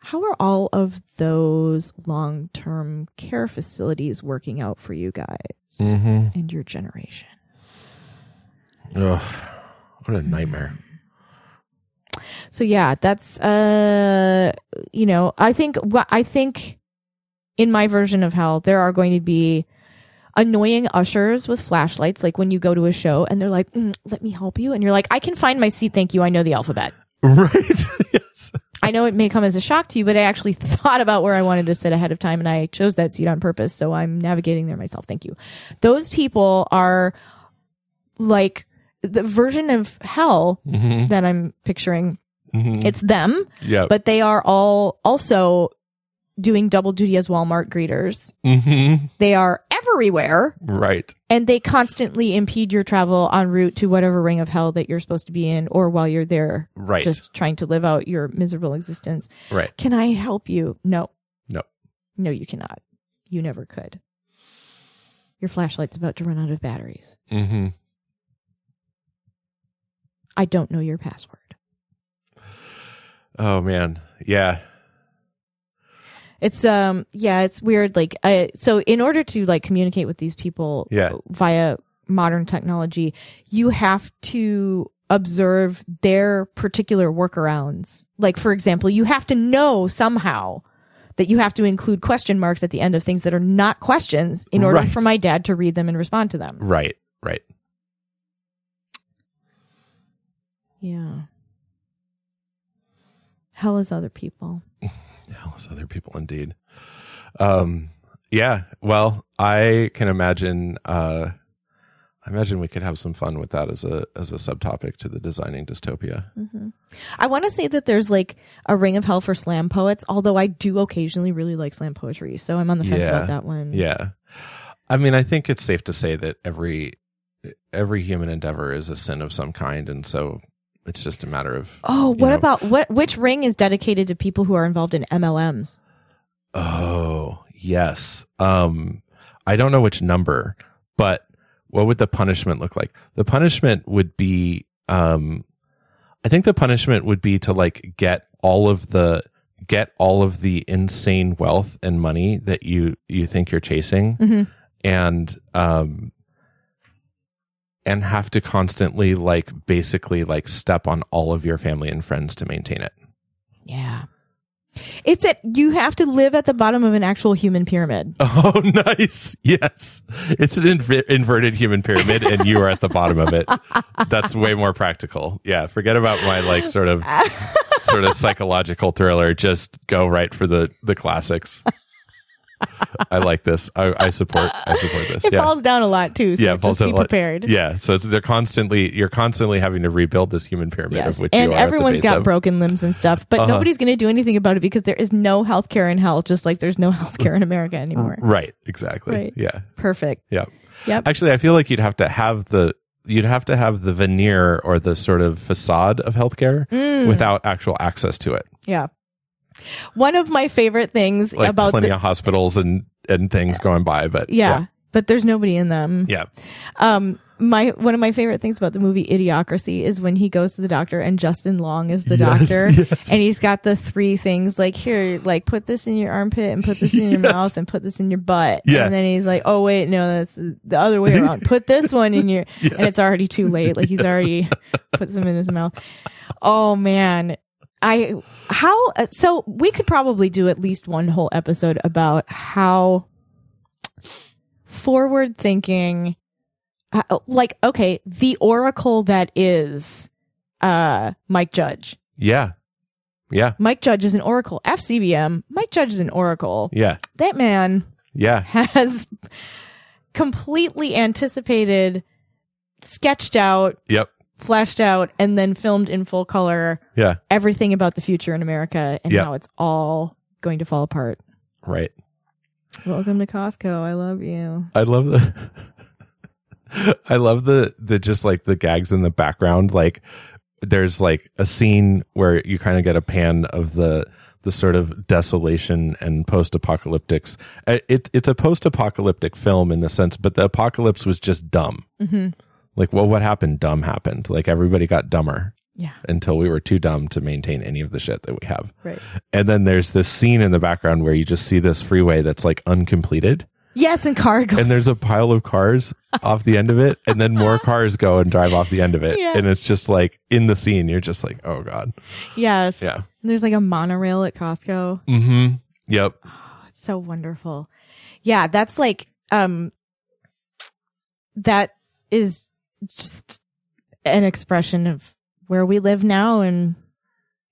C: how are all of those long term care facilities working out for you guys
B: Mm-hmm.
C: and your generation?
B: Ugh. What a nightmare.
C: So yeah, that's uh you know, I think wha- I think in my version of hell there are going to be annoying ushers with flashlights like when you go to a show and they're like, mm, "Let me help you." And you're like, "I can find my seat, thank you. I know the alphabet."
B: Right. yes.
C: I know it may come as a shock to you, but I actually thought about where I wanted to sit ahead of time and I chose that seat on purpose. So I'm navigating there myself. Thank you. Those people are like the version of hell
B: Mm-hmm.
C: that I'm picturing.
B: Mm-hmm.
C: It's them
B: yeah.
C: but they are all also doing double duty as Walmart greeters.
B: mm-hmm.
C: They are everywhere
B: Right.
C: and they constantly impede your travel en route to whatever ring of hell that you're supposed to be in or while you're there
B: Right.
C: just trying to live out your miserable existence.
B: right.
C: Can I help you? No.
B: No.
C: No, you cannot. You never could. Your flashlight's about to run out of batteries.
B: hmm
C: I don't know your password.
B: Oh man. Yeah.
C: It's um yeah, it's weird like uh, so in order to like communicate with these people
B: Yeah.
C: via modern technology, you have to observe their particular workarounds. Like for example, you have to know somehow that you have to include question marks at the end of things that are not questions in order
B: Right.
C: for my dad to read them and respond to them.
B: Right. Right.
C: Yeah. Hell is other people.
B: Hellas, other people indeed. Um, yeah. Well, I can imagine. Uh, I imagine we could have some fun with that as a as a subtopic to the designing dystopia.
C: hmm I want to say that there's like a ring of hell for slam poets, although I do occasionally really like slam poetry, so I'm on the fence
B: Yeah.
C: about that one.
B: Yeah. I mean, I think it's safe to say that every every human endeavor is a sin of some kind, and so it's just a matter of
C: Oh,
B: You
C: what
B: know.
C: about what? Which ring is dedicated to people who are involved in MLMs?
B: oh yes. Um, I don't know which number, but what would the punishment look like? The punishment would be um, I think the punishment would be to like get all of the get all of the insane wealth and money that you you think you're chasing
C: Mhm.
B: and um and have to constantly like basically like step on all of your family and friends to maintain it
C: Yeah, it's at you have to live at the bottom of an actual human pyramid.
B: oh nice yes it's an inver- inverted human pyramid and you are at the bottom of it that's way more practical yeah forget about my like sort of sort of psychological thriller just go right for the the classics i like this i, I support i support this
C: It
B: yeah
C: falls down a lot too. So
B: Yeah, it
C: just
B: falls down
C: be
B: a lot.
C: prepared.
B: Yeah, so it's, they're constantly you're constantly having to rebuild this human pyramid
C: Yes.
B: of which
C: And
B: you are at the
C: everyone's
B: base
C: got
B: of.
C: broken limbs and stuff, but
B: Uh-huh.
C: nobody's going to do anything about it because there is no healthcare in hell, just like there's no healthcare in America anymore.
B: Right, exactly.
C: Right.
B: Yeah,
C: Perfect.
B: Mm-hmm. yeah.
C: Yep.
B: Actually, I feel like you'd have to have the you'd have to have the veneer or the sort of facade of healthcare
C: Mm.
B: without actual access to it,
C: Yeah. One of my favorite things
B: like
C: about
B: plenty
C: the,
B: of hospitals and and things going by. But
C: yeah, but there's nobody in them.
B: yeah, yeah.
C: Um my one of my favorite things about the movie Idiocracy is when he goes to the doctor and Justin Long is the
B: Yes,
C: doctor
B: yes.
C: and he's got the three things like here like put this in your armpit and put this in your
B: Yes.
C: mouth and put this in your butt
B: Yeah.
C: and then he's like oh wait no that's the other way around put this one in your and it's already too late like he's already put some in his mouth oh man I how uh, so we could probably do at least one whole episode about how forward thinking uh, like okay the oracle that is uh Mike Judge
B: yeah, yeah,
C: Mike Judge is an oracle FCBM Mike Judge is an oracle
B: yeah,
C: that man
B: yeah,
C: has completely anticipated sketched out
B: yep,
C: flashed out and then filmed in full color
B: yeah.
C: everything about the future in America and
B: Yeah.
C: how it's all going to fall apart.
B: Right.
C: Welcome to Costco. I love you.
B: I love the I love the the just like the gags in the background like there's like a scene where you kind of get a pan of the the sort of desolation and post-apocalyptics Uh, it, it's a post-apocalyptic film in the sense but the apocalypse was just dumb
C: Mm-hmm.
B: like well what happened dumb happened like everybody got dumber
C: Yeah.
B: until we were too dumb to maintain any of the shit that we have
C: Right.
B: and then there's this scene in the background where you just see this freeway that's like uncompleted
C: Yes, and cargo.
B: and there's a pile of cars off the end of it, and then more cars go and drive off the end of it,
C: Yeah.
B: and it's just like in the scene, you're just like, oh god,
C: yes.
B: yeah,
C: And there's like a monorail at Costco.
B: mm-hmm, yep,
C: Oh, it's so wonderful. Yeah, that's like um that is just an expression of where we live now and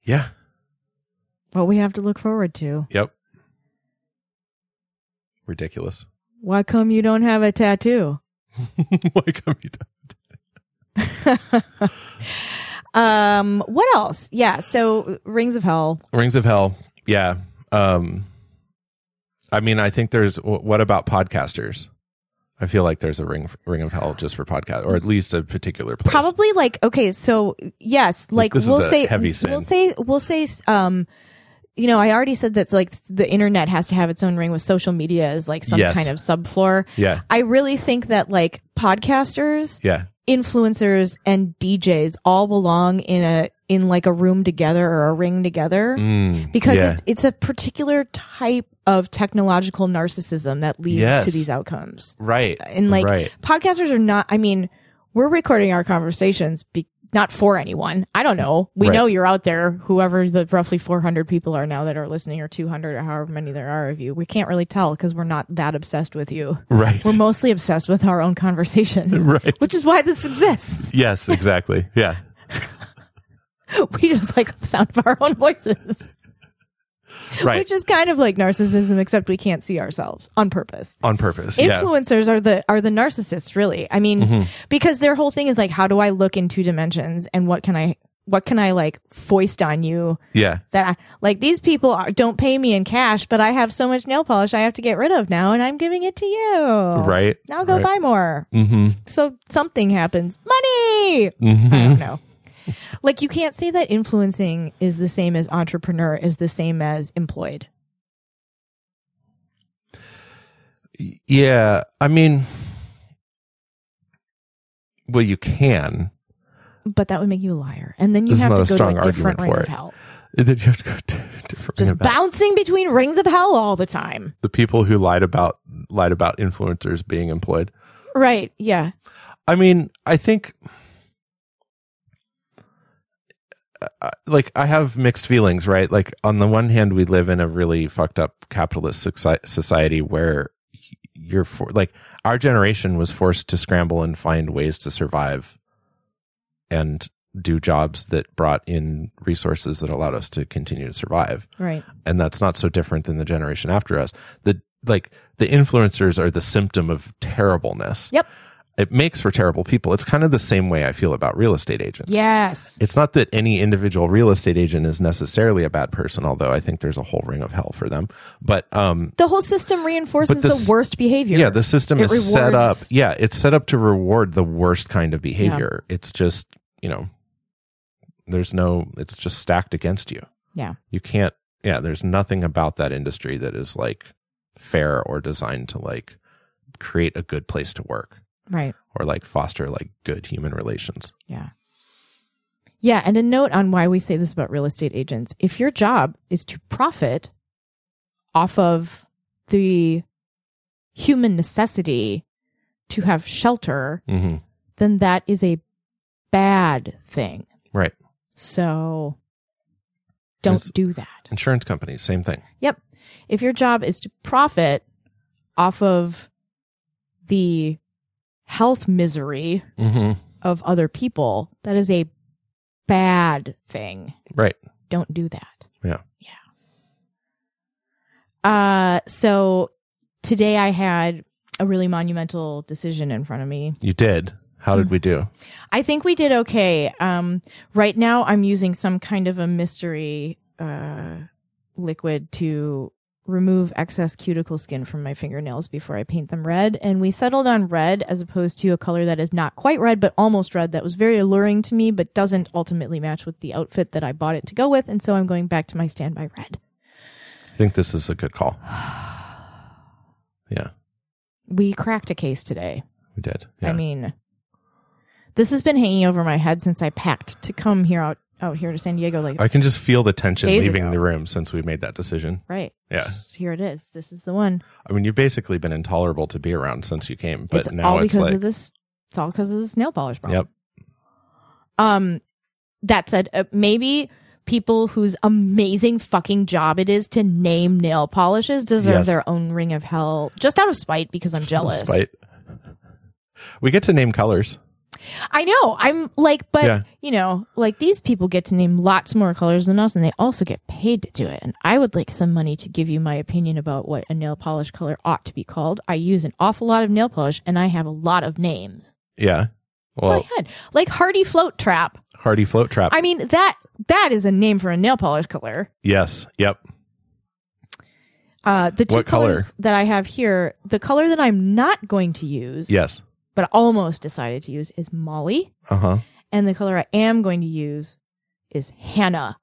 B: yeah,
C: what we have to look forward to.
B: yep, ridiculous.
C: Why come you don't have a tattoo?
B: like, I mean,
C: um what else yeah so rings of hell
B: Rings of Hell, yeah. Um, I mean, I think there's. wh- What about podcasters? I feel like there's a ring ring of hell just for podcast, or at least a particular place.
C: Probably like okay, so yes, like
B: this is
C: we'll
B: a
C: say
B: heavy sin.
C: we'll say we'll say um you know, I already said that like the internet has to have its own ring with social media as like some
B: Yes.
C: kind of subfloor.
B: Yeah,
C: I really think that like podcasters,
B: yeah,
C: influencers and DJs all belong in a in like a room together or a ring together
B: Mm,
C: because
B: yeah.
C: it, it's a particular type of technological narcissism that leads
B: Yes.
C: to these outcomes.
B: right
C: And like
B: right.
C: podcasters are not i mean we're recording our conversations be, not for anyone i don't know we
B: Right.
C: know you're out there whoever the roughly 400 people are now that are listening or 200 or however many there are of you we can't really tell because we're not that obsessed with you
B: Right.
C: we're mostly obsessed with our own conversations
B: right.
C: which is why this exists
B: yes, exactly. Yeah.
C: we just like the sound of our own voices
B: Right.
C: which is kind of like narcissism except we can't see ourselves on purpose
B: On purpose. yeah. Mm-hmm.
C: influencers are the are the narcissists really i mean because their whole thing is like how do i look in two dimensions and what can i what can i like foist on you
B: Yeah.
C: that I, like these people are, don't pay me in cash but i have so much nail polish i have to get rid of now and i'm giving it to you
B: Right.
C: Oh. now go
B: right.
C: buy more
B: Mm-hmm.
C: so something happens money i
B: Mm-hmm.
C: don't know like you can't say that influencing is the same as entrepreneur is the same as employed
B: Yeah. I mean, well, you can.
C: but that would make you a liar and then you
B: There's
C: have
B: not
C: to
B: a
C: go
B: strong
C: to a different
B: argument for
C: ring
B: it.
C: of hell
B: Then you have to go to different. ring
C: just
B: about-
C: bouncing between rings of hell all the time.
B: the people who lied about lied about influencers being employed.
C: Right. Yeah.
B: I mean, I think I- uh, like I have mixed feelings, right? Like on the one hand, we live in a really fucked up capitalist soci- society where you're for like our generation was forced to scramble and find ways to survive and do jobs that brought in resources that allowed us to continue to survive
C: Right.
B: and that's not so different than the generation after us. The like the influencers are the symptom of terribleness.
C: Yep.
B: It makes for terrible people. It's kind of the same way I feel about real estate agents.
C: Yes.
B: It's not that any individual real estate agent is necessarily a bad person, although I think there's a whole ring of hell for them. But um
C: The whole system reinforces
B: But this-
C: the worst behavior.
B: yeah, the system
C: It
B: is set up.
C: rewards-
B: Yeah, it's set up to reward the worst kind of behavior. It's just, you know, there's no it's just stacked against you.
C: Yeah.
B: You can't yeah, there's nothing about that industry that is like fair or designed to like create a good place to work
C: right.
B: or like foster like good human relations.
C: Yeah. And a note on why we say this about real estate agents. If your job is to profit off of the human necessity to have shelter,
B: Mhm.
C: then that is a bad thing.
B: Right.
C: So don't
B: It's-
C: do that.
B: Insurance companies, same thing.
C: Yep. If your job is to profit off of the health misery
B: Mhm.
C: of other people, that is a bad thing.
B: Right.
C: Don't do that.
B: Yeah.
C: Yeah. Uh so today I had a really monumental decision in front of me.
B: You did. How
C: Hmm.
B: did we do?
C: I think we did okay. Um, right now, I'm using some kind of a mystery uh, liquid to remove excess cuticle skin from my fingernails before I paint them red. And we settled on red as opposed to a color that is not quite red, but almost red. That was very alluring to me, but doesn't ultimately match with the outfit that I bought it to go with. And so I'm going back to my standby red.
B: I think this is a good call. Yeah,
C: We cracked a case today.
B: we did. Yeah.
C: I mean, this has been hanging over my head since I packed to come here out out here to San Diego like
B: I can just feel the tension
C: Days
B: leaving
C: ago.
B: the room since we made that decision.
C: right.
B: Yeah.
C: Here it is. This is the one.
B: I mean, you've basically been intolerable to be around since you came, but
C: it's
B: now
C: all
B: it's
C: because
B: like,
C: of this. It's all because of this nail polish problem.
B: yep,
C: Um, that said, uh, maybe people whose amazing fucking job it is to name nail polishes deserve
B: Yes.
C: their own ring of hell, just out of spite because I'm jealous.
B: despite- We get to name colors.
C: I know. I'm like, but
B: Yeah.
C: you know, like these people get to name lots more colors than us, and they also get paid to do it. And I would like some money to give you my opinion about what a nail polish color ought to be called. I use an awful lot of nail polish, and I have a lot of names.
B: Yeah.
C: my
B: Well,
C: head. Like Hardy Float Trap.
B: Hardy Float Trap.
C: Oh, I mean that that is a name for a nail polish color.
B: yes. Yep.
C: Uh, the two
B: What color?
C: colors that I have here, the color that I'm not going to use,
B: Yes.
C: but almost decided to use is Molly,
B: Uh huh.
C: and the color I am going to use is Hannah.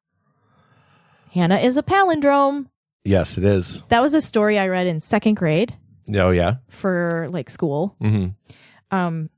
C: Hannah is a palindrome.
B: Yes, it is.
C: That was a story I read in second grade
B: Oh yeah.
C: for like school.
B: hmm
C: Um,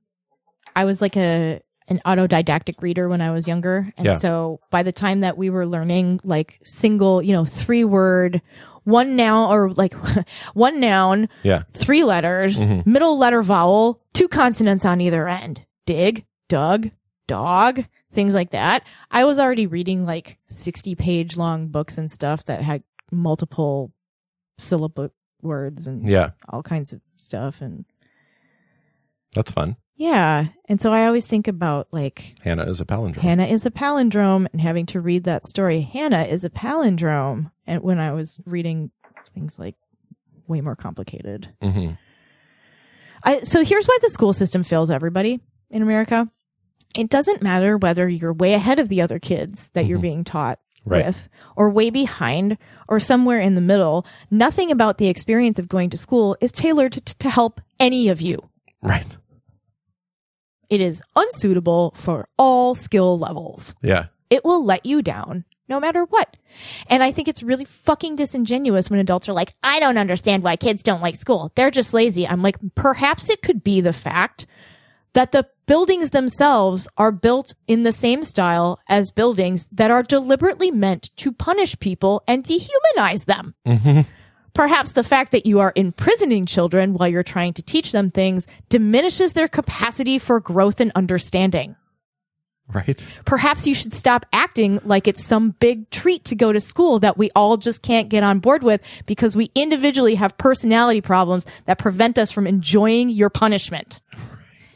C: I was like a an autodidactic reader when I was younger, and
B: Yeah.
C: so by the time that we were learning like single, you know, three word, one noun or like one noun,
B: Yeah.
C: three letters,
B: Mhm.
C: middle letter vowel, two consonants on either end, dig, dug, dog, things like that. I was already reading like sixty page long books and stuff that had multiple syllabic words and
B: Yeah.
C: all kinds of stuff and
B: That's fun.
C: yeah. And so I always think about like
B: Hannah is a palindrome.
C: Hannah is a palindrome and having to read that story, Hannah is a palindrome. And when I was reading things like way more complicated.
B: hmm
C: I, so here's why the school system fails everybody in America. It doesn't matter whether you're way ahead of the other kids that you're
B: Mhm.
C: being taught
B: Right.
C: with or way behind or somewhere in the middle. Nothing about the experience of going to school is tailored to, to help any of you.
B: Right.
C: It is unsuitable for all skill levels.
B: Yeah.
C: It will let you down no matter what. And I think it's really fucking disingenuous when adults are like, I don't understand why kids don't like school. They're just lazy. I'm like, perhaps it could be the fact that the buildings themselves are built in the same style as buildings that are deliberately meant to punish people and dehumanize them.
B: hmm
C: Perhaps the fact that you are imprisoning children while you're trying to teach them things diminishes their capacity for growth and understanding.
B: Right.
C: Perhaps you should stop acting like it's some big treat to go to school that we all just can't get on board with because we individually have personality problems that prevent us from enjoying your punishment.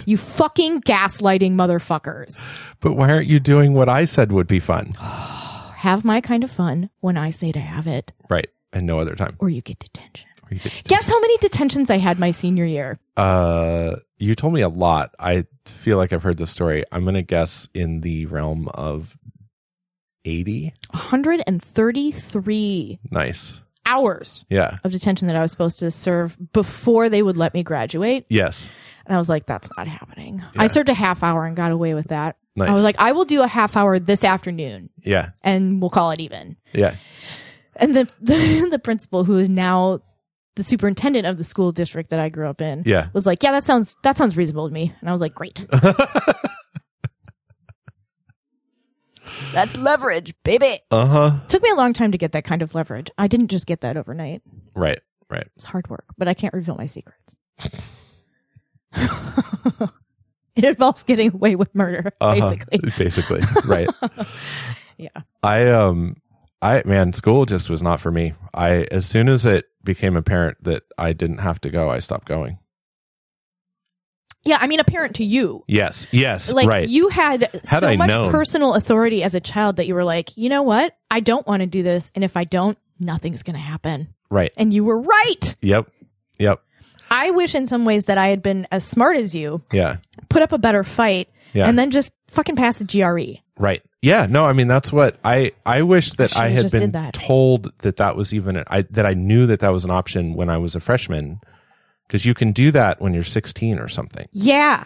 C: You fucking gaslighting motherfuckers.
B: But why aren't you doing what I said would be fun?
C: Have my kind of fun when I say to have it,
B: Right. And no other time.
C: or you get detention.
B: Or you could just-
C: Guess how many detentions I had my senior year?
B: Uh, you told me a lot. I feel like I've heard this story. I'm going to guess in the realm of 80.
C: 133.
B: Nice.
C: hours
B: Yeah.
C: of detention that I was supposed to serve before they would let me graduate.
B: Yes.
C: And I was like, that's not happening.
B: Yeah.
C: I served a half hour and got away with that.
B: Nice.
C: I was like, I will do a half hour this afternoon
B: yeah.
C: and we'll call it even.
B: Yeah.
C: And the, the, principal, who is now the superintendent of the school district that I grew up in,
B: Yeah.
C: was like, yeah, that sounds, that sounds reasonable to me. And I was like, great. That's leverage, baby.
B: Uh huh.
C: Took me a long time to get that kind of leverage. I didn't just get that overnight.
B: Right. Right.
C: It's hard work, but I can't reveal my secrets. it involves getting away with murder,
B: Uh-huh.
C: basically.
B: Basically. Right.
C: Yeah.
B: I, um, I, man, school just was not for me. I, as soon as it became apparent that I didn't have to go, I stopped going.
C: Yeah, I mean, apparent to you.
B: Yes. Yes.
C: Like,
B: right.
C: you had,
B: Had
C: so
B: I
C: much
B: known.
C: personal authority as a child that you were like, you know what? I don't want to do this. And if I don't, nothing's going to happen.
B: right.
C: And you were right.
B: Yep. Yep.
C: I wish in some ways that I had been as smart as you,
B: Yeah.
C: put up a better fight,
B: Yeah.
C: and then just fucking pass the E. GRE.
B: Right. Yeah. No. I mean, that's what I. I wish that
C: I
B: I,
C: should've
B: had
C: just did
B: been
C: that.
B: told that that was even. an- I that I knew that that was an option when I was a freshman, because you can do that when you're 16 or something,
C: Yeah.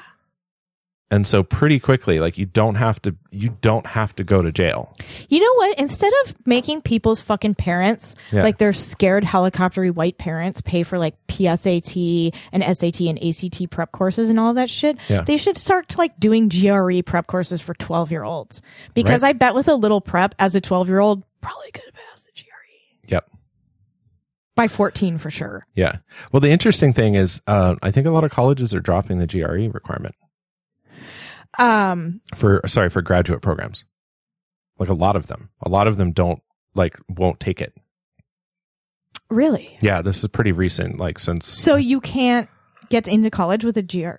B: and so pretty quickly, like you don't have to. You don't have to go to jail.
C: You know what? Instead of making people's fucking parents,
B: Yeah.
C: like their scared helicoptery white parents, pay for like PSAT and SAT and ACT prep courses and all that shit,
B: Yeah.
C: they should start like doing GRE prep courses for 12 year olds. Because I bet with a little prep as a 12 year old, probably could have passed the GRE
B: Yep.
C: by 14 for sure.
B: Yeah. Well, the interesting thing is, uh, I think a lot of colleges are dropping the GRE requirement
C: Um,
B: for sorry for graduate programs. Like a lot of them, a lot of them don't like won't take it.
C: really?
B: Yeah, this is pretty recent. Like since
C: So you can't get into college with a E. GRE.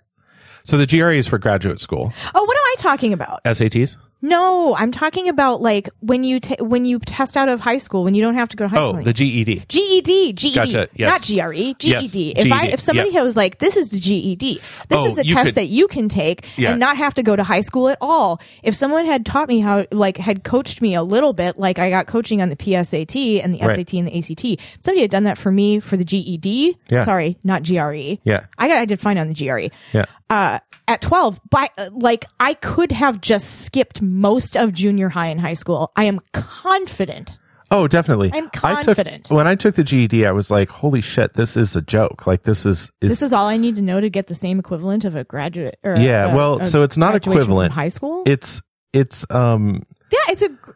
B: so the GRE E is for graduate school.
C: Oh, what am I talking about?
B: SATs?
C: No, I'm talking about like when you ta- when you test out of high school when you don't have to go to high
B: Oh,
C: school. E
B: the GED.
C: GED, GED,
B: Gotcha, yes.
C: not E, GRE, GED.
B: Yes,
C: if I
B: GED,
C: if somebody was like, "This is GED. This
B: Oh,
C: is a
B: you
C: test
B: could-
C: that you can take
B: Yeah.
C: and not have to go to high school at all." If someone had taught me how, like, had coached me a little bit, like I got coaching on the PSAT and the
B: Right.
C: SAT and the ACT. If somebody had done that for me for the GED.
B: Yeah.
C: Sorry, not GRE.
B: Yeah.
C: I got I did fine on the GRE.
B: Yeah.
C: Uh, at 12, by uh, like I could have just skipped most of junior high and high school. I am confident.
B: Oh, definitely.
C: I'm
B: I took-
C: confident.
B: when I took the GED, I was like, "Holy shit, this is a joke! Like this is, is
C: This is all I need to know to get the same equivalent of a graduate. Or
B: Yeah,
C: a-
B: well,
C: a
B: so it's not
C: graduation from
B: equivalent.
C: high school.
B: it's it's um
C: yeah, it's a. gr-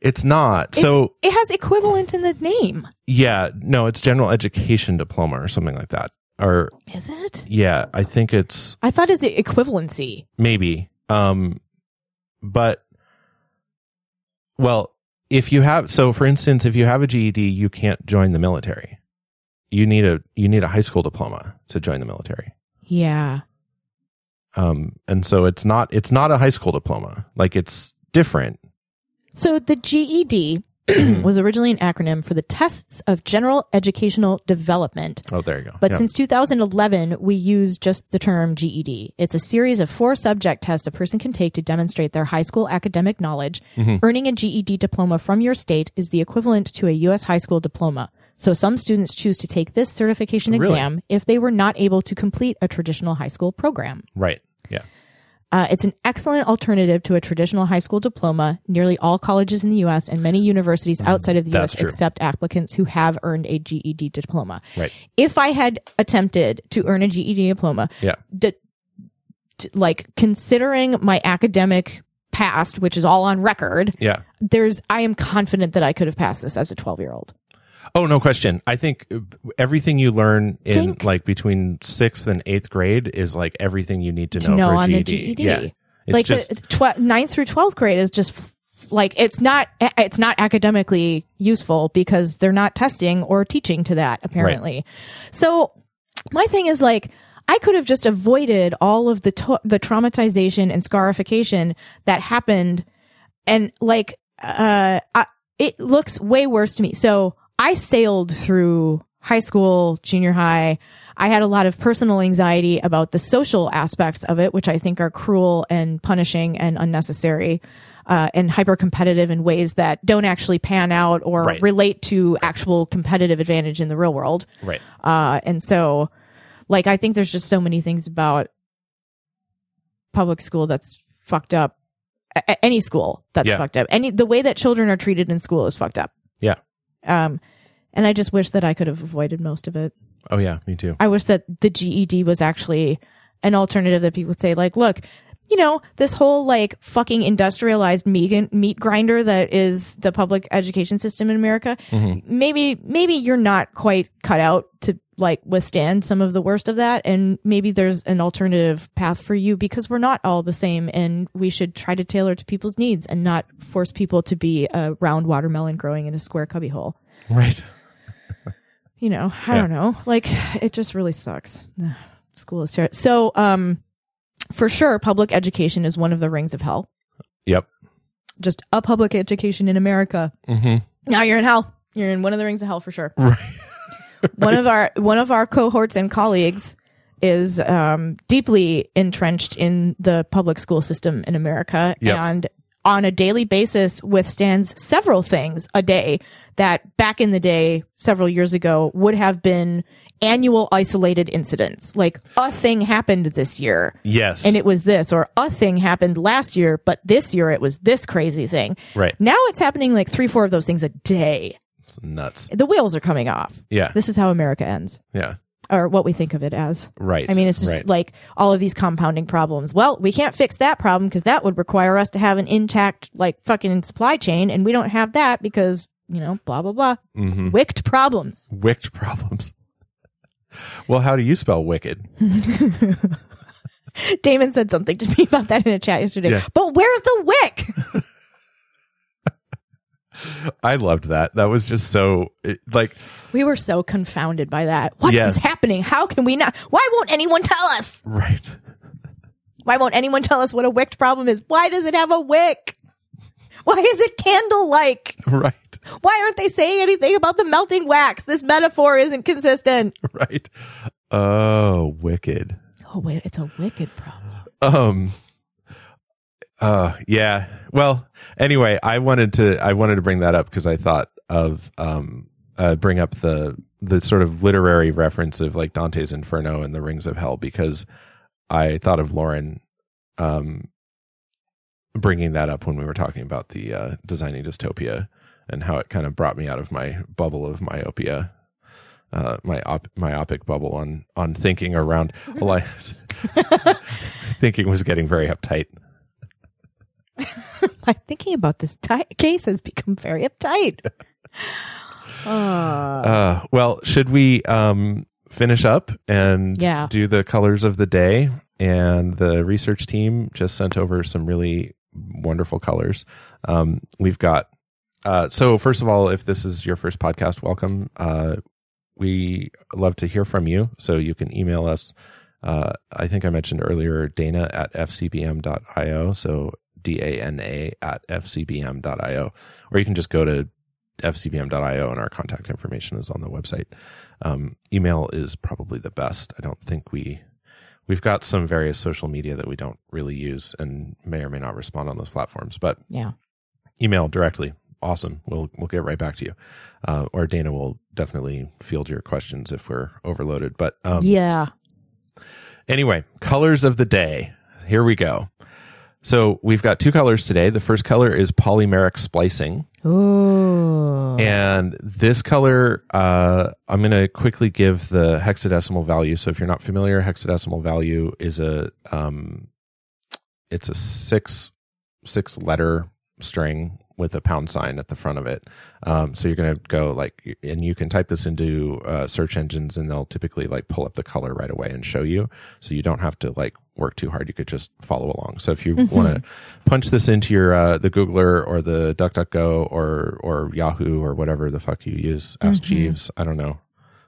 B: it's not."
C: it's-
B: so
C: it has equivalent in the name,
B: yeah, no, it's general education diploma or something like that. Or
C: is it?
B: yeah, I think it's
C: I thought it's a equivalency.
B: maybe um but well, if you have so for instance, if you have a GED, you can't join the military. You need a you need a high school diploma to join the military.
C: Yeah.
B: um and so it's not it's not a high school diploma like it's different
C: So the GED was originally an acronym for the Tests of General Educational Development,
B: oh there you go
C: But
B: Yeah.
C: since 2011, we use just the term GED. It's a series of four subject tests a person can take to demonstrate their high school academic knowledge.
B: Mm-hmm.
C: Earning a GED diploma from your state is the equivalent to a U.S. high school diploma. So some students choose to take this certification
B: Really?
C: exam if they were not able to complete a traditional high school program.
B: right yeah
C: Uh, it's an excellent alternative to a traditional high school diploma. Nearly all colleges in the U.S. and many universities outside of the
B: Mm-hmm. that's
C: U.S.
B: true.
C: accept applicants who have earned a GED diploma.
B: Right.
C: If I had attempted to earn a GED diploma,
B: Yeah.
C: d- d- like considering my academic past, which is all on record,
B: yeah
C: there's I am confident that I could have passed this as a 12 year old.
B: oh no question i think uh, everything you learn in
C: Think-
B: like between sixth and eighth grade is like everything you need to
C: To
B: know,
C: know
B: for
C: on the
B: GED.
C: GED.
B: yeah it's
C: like
B: just
C: the tw- ninth through twelfth grade is just f- like it's not it's not academically useful because they're not testing or teaching to that apparently. So my thing is like I could have just avoided all of the to- the traumatization and scarification that happened, and like uh, I, it looks way worse to me. So I sailed through high school, junior high. I had a lot of personal anxiety about the social aspects of it, which I think are cruel and punishing and unnecessary. Uh, and hyper competitive in ways that don't actually pan out or
B: Right.
C: relate to actual competitive advantage in the real world.
B: right
C: Uh, and so, like, I think there's just so many things about public school that's fucked up. A- a- any school that's
B: Yeah.
C: fucked up. Any the way that children are treated in school is fucked up.
B: Yeah.
C: Um, and I just wish that I could have avoided most of it.
B: oh yeah me too
C: I wish that the GED was actually an alternative that people say, like, look, you know, this whole like fucking industrialized meat, meat grinder that is the public education system in America.
B: Mhm.
C: Maybe, maybe you're not quite cut out to like withstand some of the worst of that. And maybe there's an alternative path for you because we're not all the same and we should try to tailor to people's needs and not force people to be a round watermelon growing in a square cubbyhole
B: right
C: you know, I
B: Yeah.
C: don't know. Like it just really sucks. School is terrible. So, um, for sure, public education is one of the rings of hell.
B: yep
C: Just a public education in America.
B: hmm
C: Now you're in hell. You're in one of the rings of hell for sure.
B: right
C: One of our one of our cohorts and colleagues is um, deeply entrenched in the public school system in America,
B: Yep.
C: and on a daily basis withstands several things a day that back in the day, several years ago, would have been annual isolated incidents. Like a thing happened this year
B: yes
C: and it was this or a thing happened last year but this year it was this crazy thing
B: right
C: now it's happening like three four of those things a day
B: it's nuts
C: the wheels are coming off
B: yeah
C: this is how america ends
B: yeah
C: or what we think of it as
B: right
C: i mean it's just
B: right.
C: like all of these compounding problems well we can't fix that problem because that would require us to have an intact like fucking supply chain and we don't have that because you know blah blah blah
B: Mhm.
C: wicked problems
B: wicked problems well how do you spell wicked
C: damon said something to me about that in a chat yesterday
B: Yeah.
C: but where's the wick
B: i loved that that was just so it, like
C: We were so confounded by that. What is
B: Yes.
C: happening? How can we not? Why won't anyone tell us?
B: right
C: Why won't anyone tell us what a wick problem is? Why does it have a wick? Why is it candle like?
B: right,
C: Why aren't they saying anything about the melting wax? This metaphor isn't consistent.
B: right. Oh, wicked.
C: Oh, wait, it's a wicked problem.
B: um uh yeah well anyway i wanted to i wanted to bring that up because i thought of um uh bring up the the sort of literary reference of like dante's inferno and the rings of hell because i thought of lauren um bringing that up when we were talking about the uh designing dystopia and how it kind of brought me out of my bubble of myopia uh my op- myopic bubble on on thinking around well I- thinking was getting very uptight.
C: My thinking about this ti- case has become very uptight. Uh,
B: Uh, well, should we um, finish up and
C: Yeah.
B: do the colors of the day? And the research team just sent over some really wonderful colors. Um, we've got. Uh, so first of all, if this is your first podcast, welcome. Uh, we love to hear from you. So you can email us. Uh, I think I mentioned earlier, dana at fcbm.io. So D A N A at fcbm.io. Or you can just go to fcbm.io and our contact information is on the website. Um, email is probably the best. I don't think we, we've got some various social media that we don't really use and may or may not respond on those platforms, but
C: yeah.
B: email directly. Awesome. We'll we'll get right back to you, uh, or Dana will definitely field your questions if we're overloaded. But um,
C: yeah.
B: anyway, colors of the day. Here we go. So we've got two colors today. The first color is polymeric splicing,
C: Ooh.
B: and this color, uh, I'm going to quickly give the hexadecimal value. So if you're not familiar, hexadecimal value is a um, it's a six six letter string with a pound sign at the front of it. Um, so you're going to go like, and you can type this into uh, search engines, and they'll typically like pull up the color right away and show you. So you don't have to like work too hard. You could just follow along. So if you
C: Mhm.
B: want to punch this into your uh, the Googler or the DuckDuckGo or or Yahoo or whatever the fuck you use, Ask
C: Mhm.
B: Jeeves. I don't know.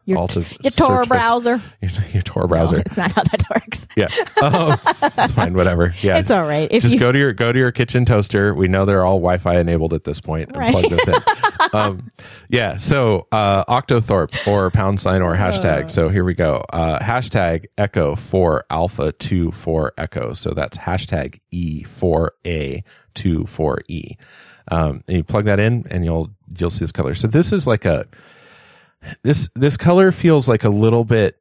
C: Your-
B: Alt of
C: Your
B: search
C: Tor
B: for-
C: browser.
B: Your, your Tor browser.
C: No, it's not how that works.
B: Yeah. Oh, it's fine. Whatever. Yeah.
C: It's all right. If
B: just
C: you,
B: go to your go to your kitchen toaster. We know they're all Wi-Fi enabled at this point. And
C: Right.
B: plug those in. um, yeah. So uh, Octothorpe or pound sign or hashtag. So here we go. Uh, hashtag Echo four Alpha two four Echo. So that's hashtag E four A two four E. Um, and you plug that in, and you'll you'll see this color. So this is like a this this color feels like a little bit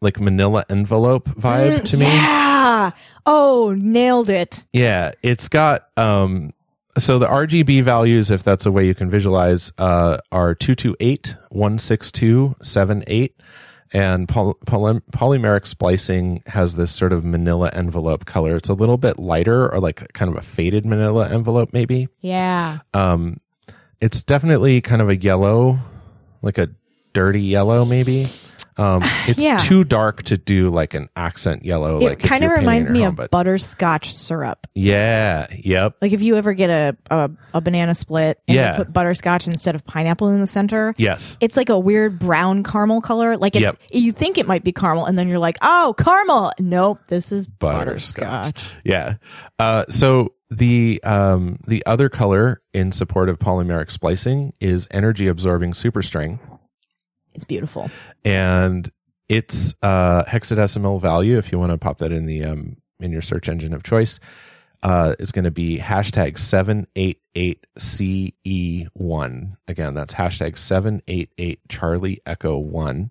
B: like Manila envelope vibe
C: Mm,
B: to me.
C: Yeah. Oh, nailed it.
B: Yeah, it's got um so the RGB values if that's a way you can visualize uh are 228 162 78 and poly- poly- polymeric splicing has this sort of manila envelope color. It's a little bit lighter or like kind of a faded manila envelope maybe.
C: Yeah.
B: Um it's definitely kind of a yellow like a dirty yellow maybe. Um, it's
C: Yeah.
B: too dark to do like an accent yellow. like
C: it kind of reminds me of
B: but
C: butterscotch syrup.
B: yeah, yep.
C: Like if you ever get a a, a banana split and
B: Yeah.
C: you put butterscotch instead of pineapple in the center,
B: Yes.
C: it's like a weird brown caramel color. Like it's you think it might be caramel, and then you're like, oh, caramel. Nope, this is
B: Butterscotch.
C: butterscotch.
B: Yeah. Uh, so the um, the other color in support of polymeric splicing is energy absorbing superstring,
C: It's beautiful.
B: and its uh, hexadecimal value, if you want to pop that in the um, in your search engine of choice, uh, is going to be hashtag seven eight eight C E one. Again, that's hashtag seven eight eight Charlie Echo one,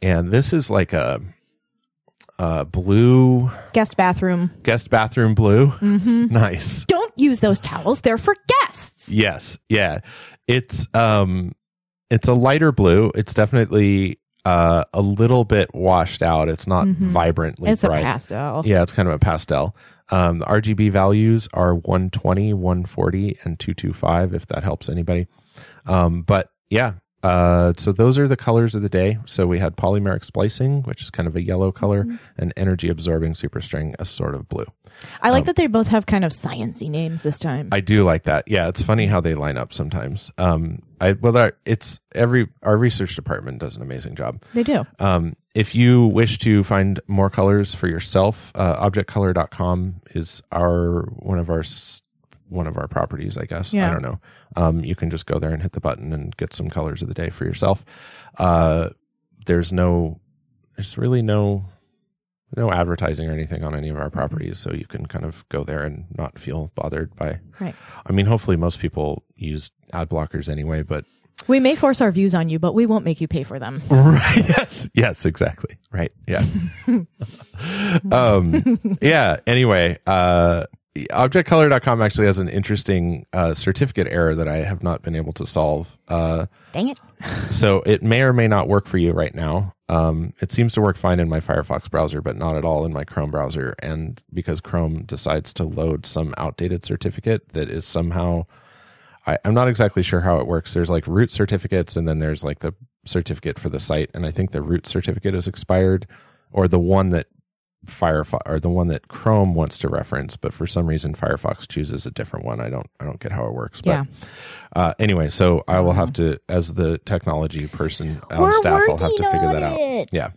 B: and this is like a, a blue
C: Guest bathroom.
B: guest bathroom blue.
C: hmm
B: Nice.
C: Don't use those towels. They're for guests.
B: Yes. Yeah. It's um it's a lighter blue. It's definitely uh a little bit washed out. It's not
C: Mhm.
B: vibrantly
C: It's
B: bright.
C: a pastel.
B: Yeah, it's kind of a pastel. Um the RGB values are 120, 140 and 225 if that helps anybody. Um but yeah, uh, so those are the colors of the day. So we had polymeric splicing, which is kind of a yellow color,
C: Mm-hmm.
B: and energy absorbing superstring, a sort of blue.
C: I like
B: Um,
C: that they both have kind of sciency names this time.
B: I do like that. Yeah, it's funny how they line up sometimes. Um, I well, our, it's every our research department does an amazing job.
C: they do.
B: Um, if you wish to find more colors for yourself, uh, objectcolor.com is our one of our s- one of our properties, I guess. I
C: Yeah.
B: don't know. Um, you can just go there and hit the button and get some colors of the day for yourself. Uh, there's no, there's really no, no advertising or anything on any of our properties, so you can kind of go there and not feel bothered by.
C: Right.
B: I mean, hopefully, most people use ad blockers anyway, but
C: We may force our views on you, but we won't make you pay for them.
B: Right. Yes. Yes. Exactly. Right. Yeah. um, yeah. Anyway, uh, objectcolor.com actually has an interesting uh, certificate error that I have not been able to solve. Uh,
C: Dang it.
B: so it may or may not work for you right now. Um, it seems to work fine in my Firefox browser, but not at all in my Chrome browser. And because Chrome decides to load some outdated certificate that is somehow, I, I'm not exactly sure how it works. There's like root certificates, and then there's like the certificate for the site. And I think the root certificate is expired, or the one that Firefox or the one that Chrome wants to reference, but for some reason Firefox chooses a different one. I don't, I don't get how it works. But
C: Yeah.
B: uh, anyway, so I will have to, as the technology person on
C: Mm-hmm. We're
B: staff, I'll have to
C: working
B: figure
C: on
B: that out.
C: it.
B: Yeah.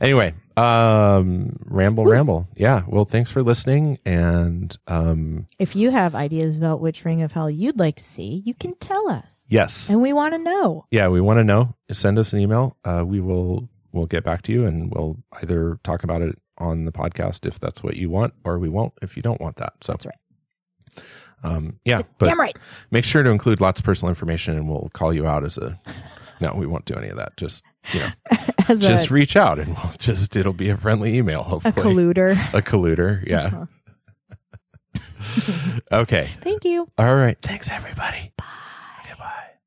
B: Anyway, um, ramble, ramble. Yeah. Well, thanks for listening. And um,
C: If you have ideas about which Ring of Hell you'd like to see, you can tell us.
B: yes,
C: And we want to know.
B: yeah, we want to know. Send us an email. Uh, we will we'll get back to you, and we'll either talk about it on the podcast if that's what you want, or we won't if you don't want that. So
C: That's right.
B: Um, yeah, but
C: Damn right.
B: make sure to include lots of personal information, and we'll call you out as a. No, we won't do any of that. Just you know.
C: As a,
B: just reach out and we'll just it'll be a friendly email
C: a Uh-huh.
B: hopefully
C: colluder.
B: A colluder, yeah okay
C: Thank you.
B: all right thanks everybody bye goodbye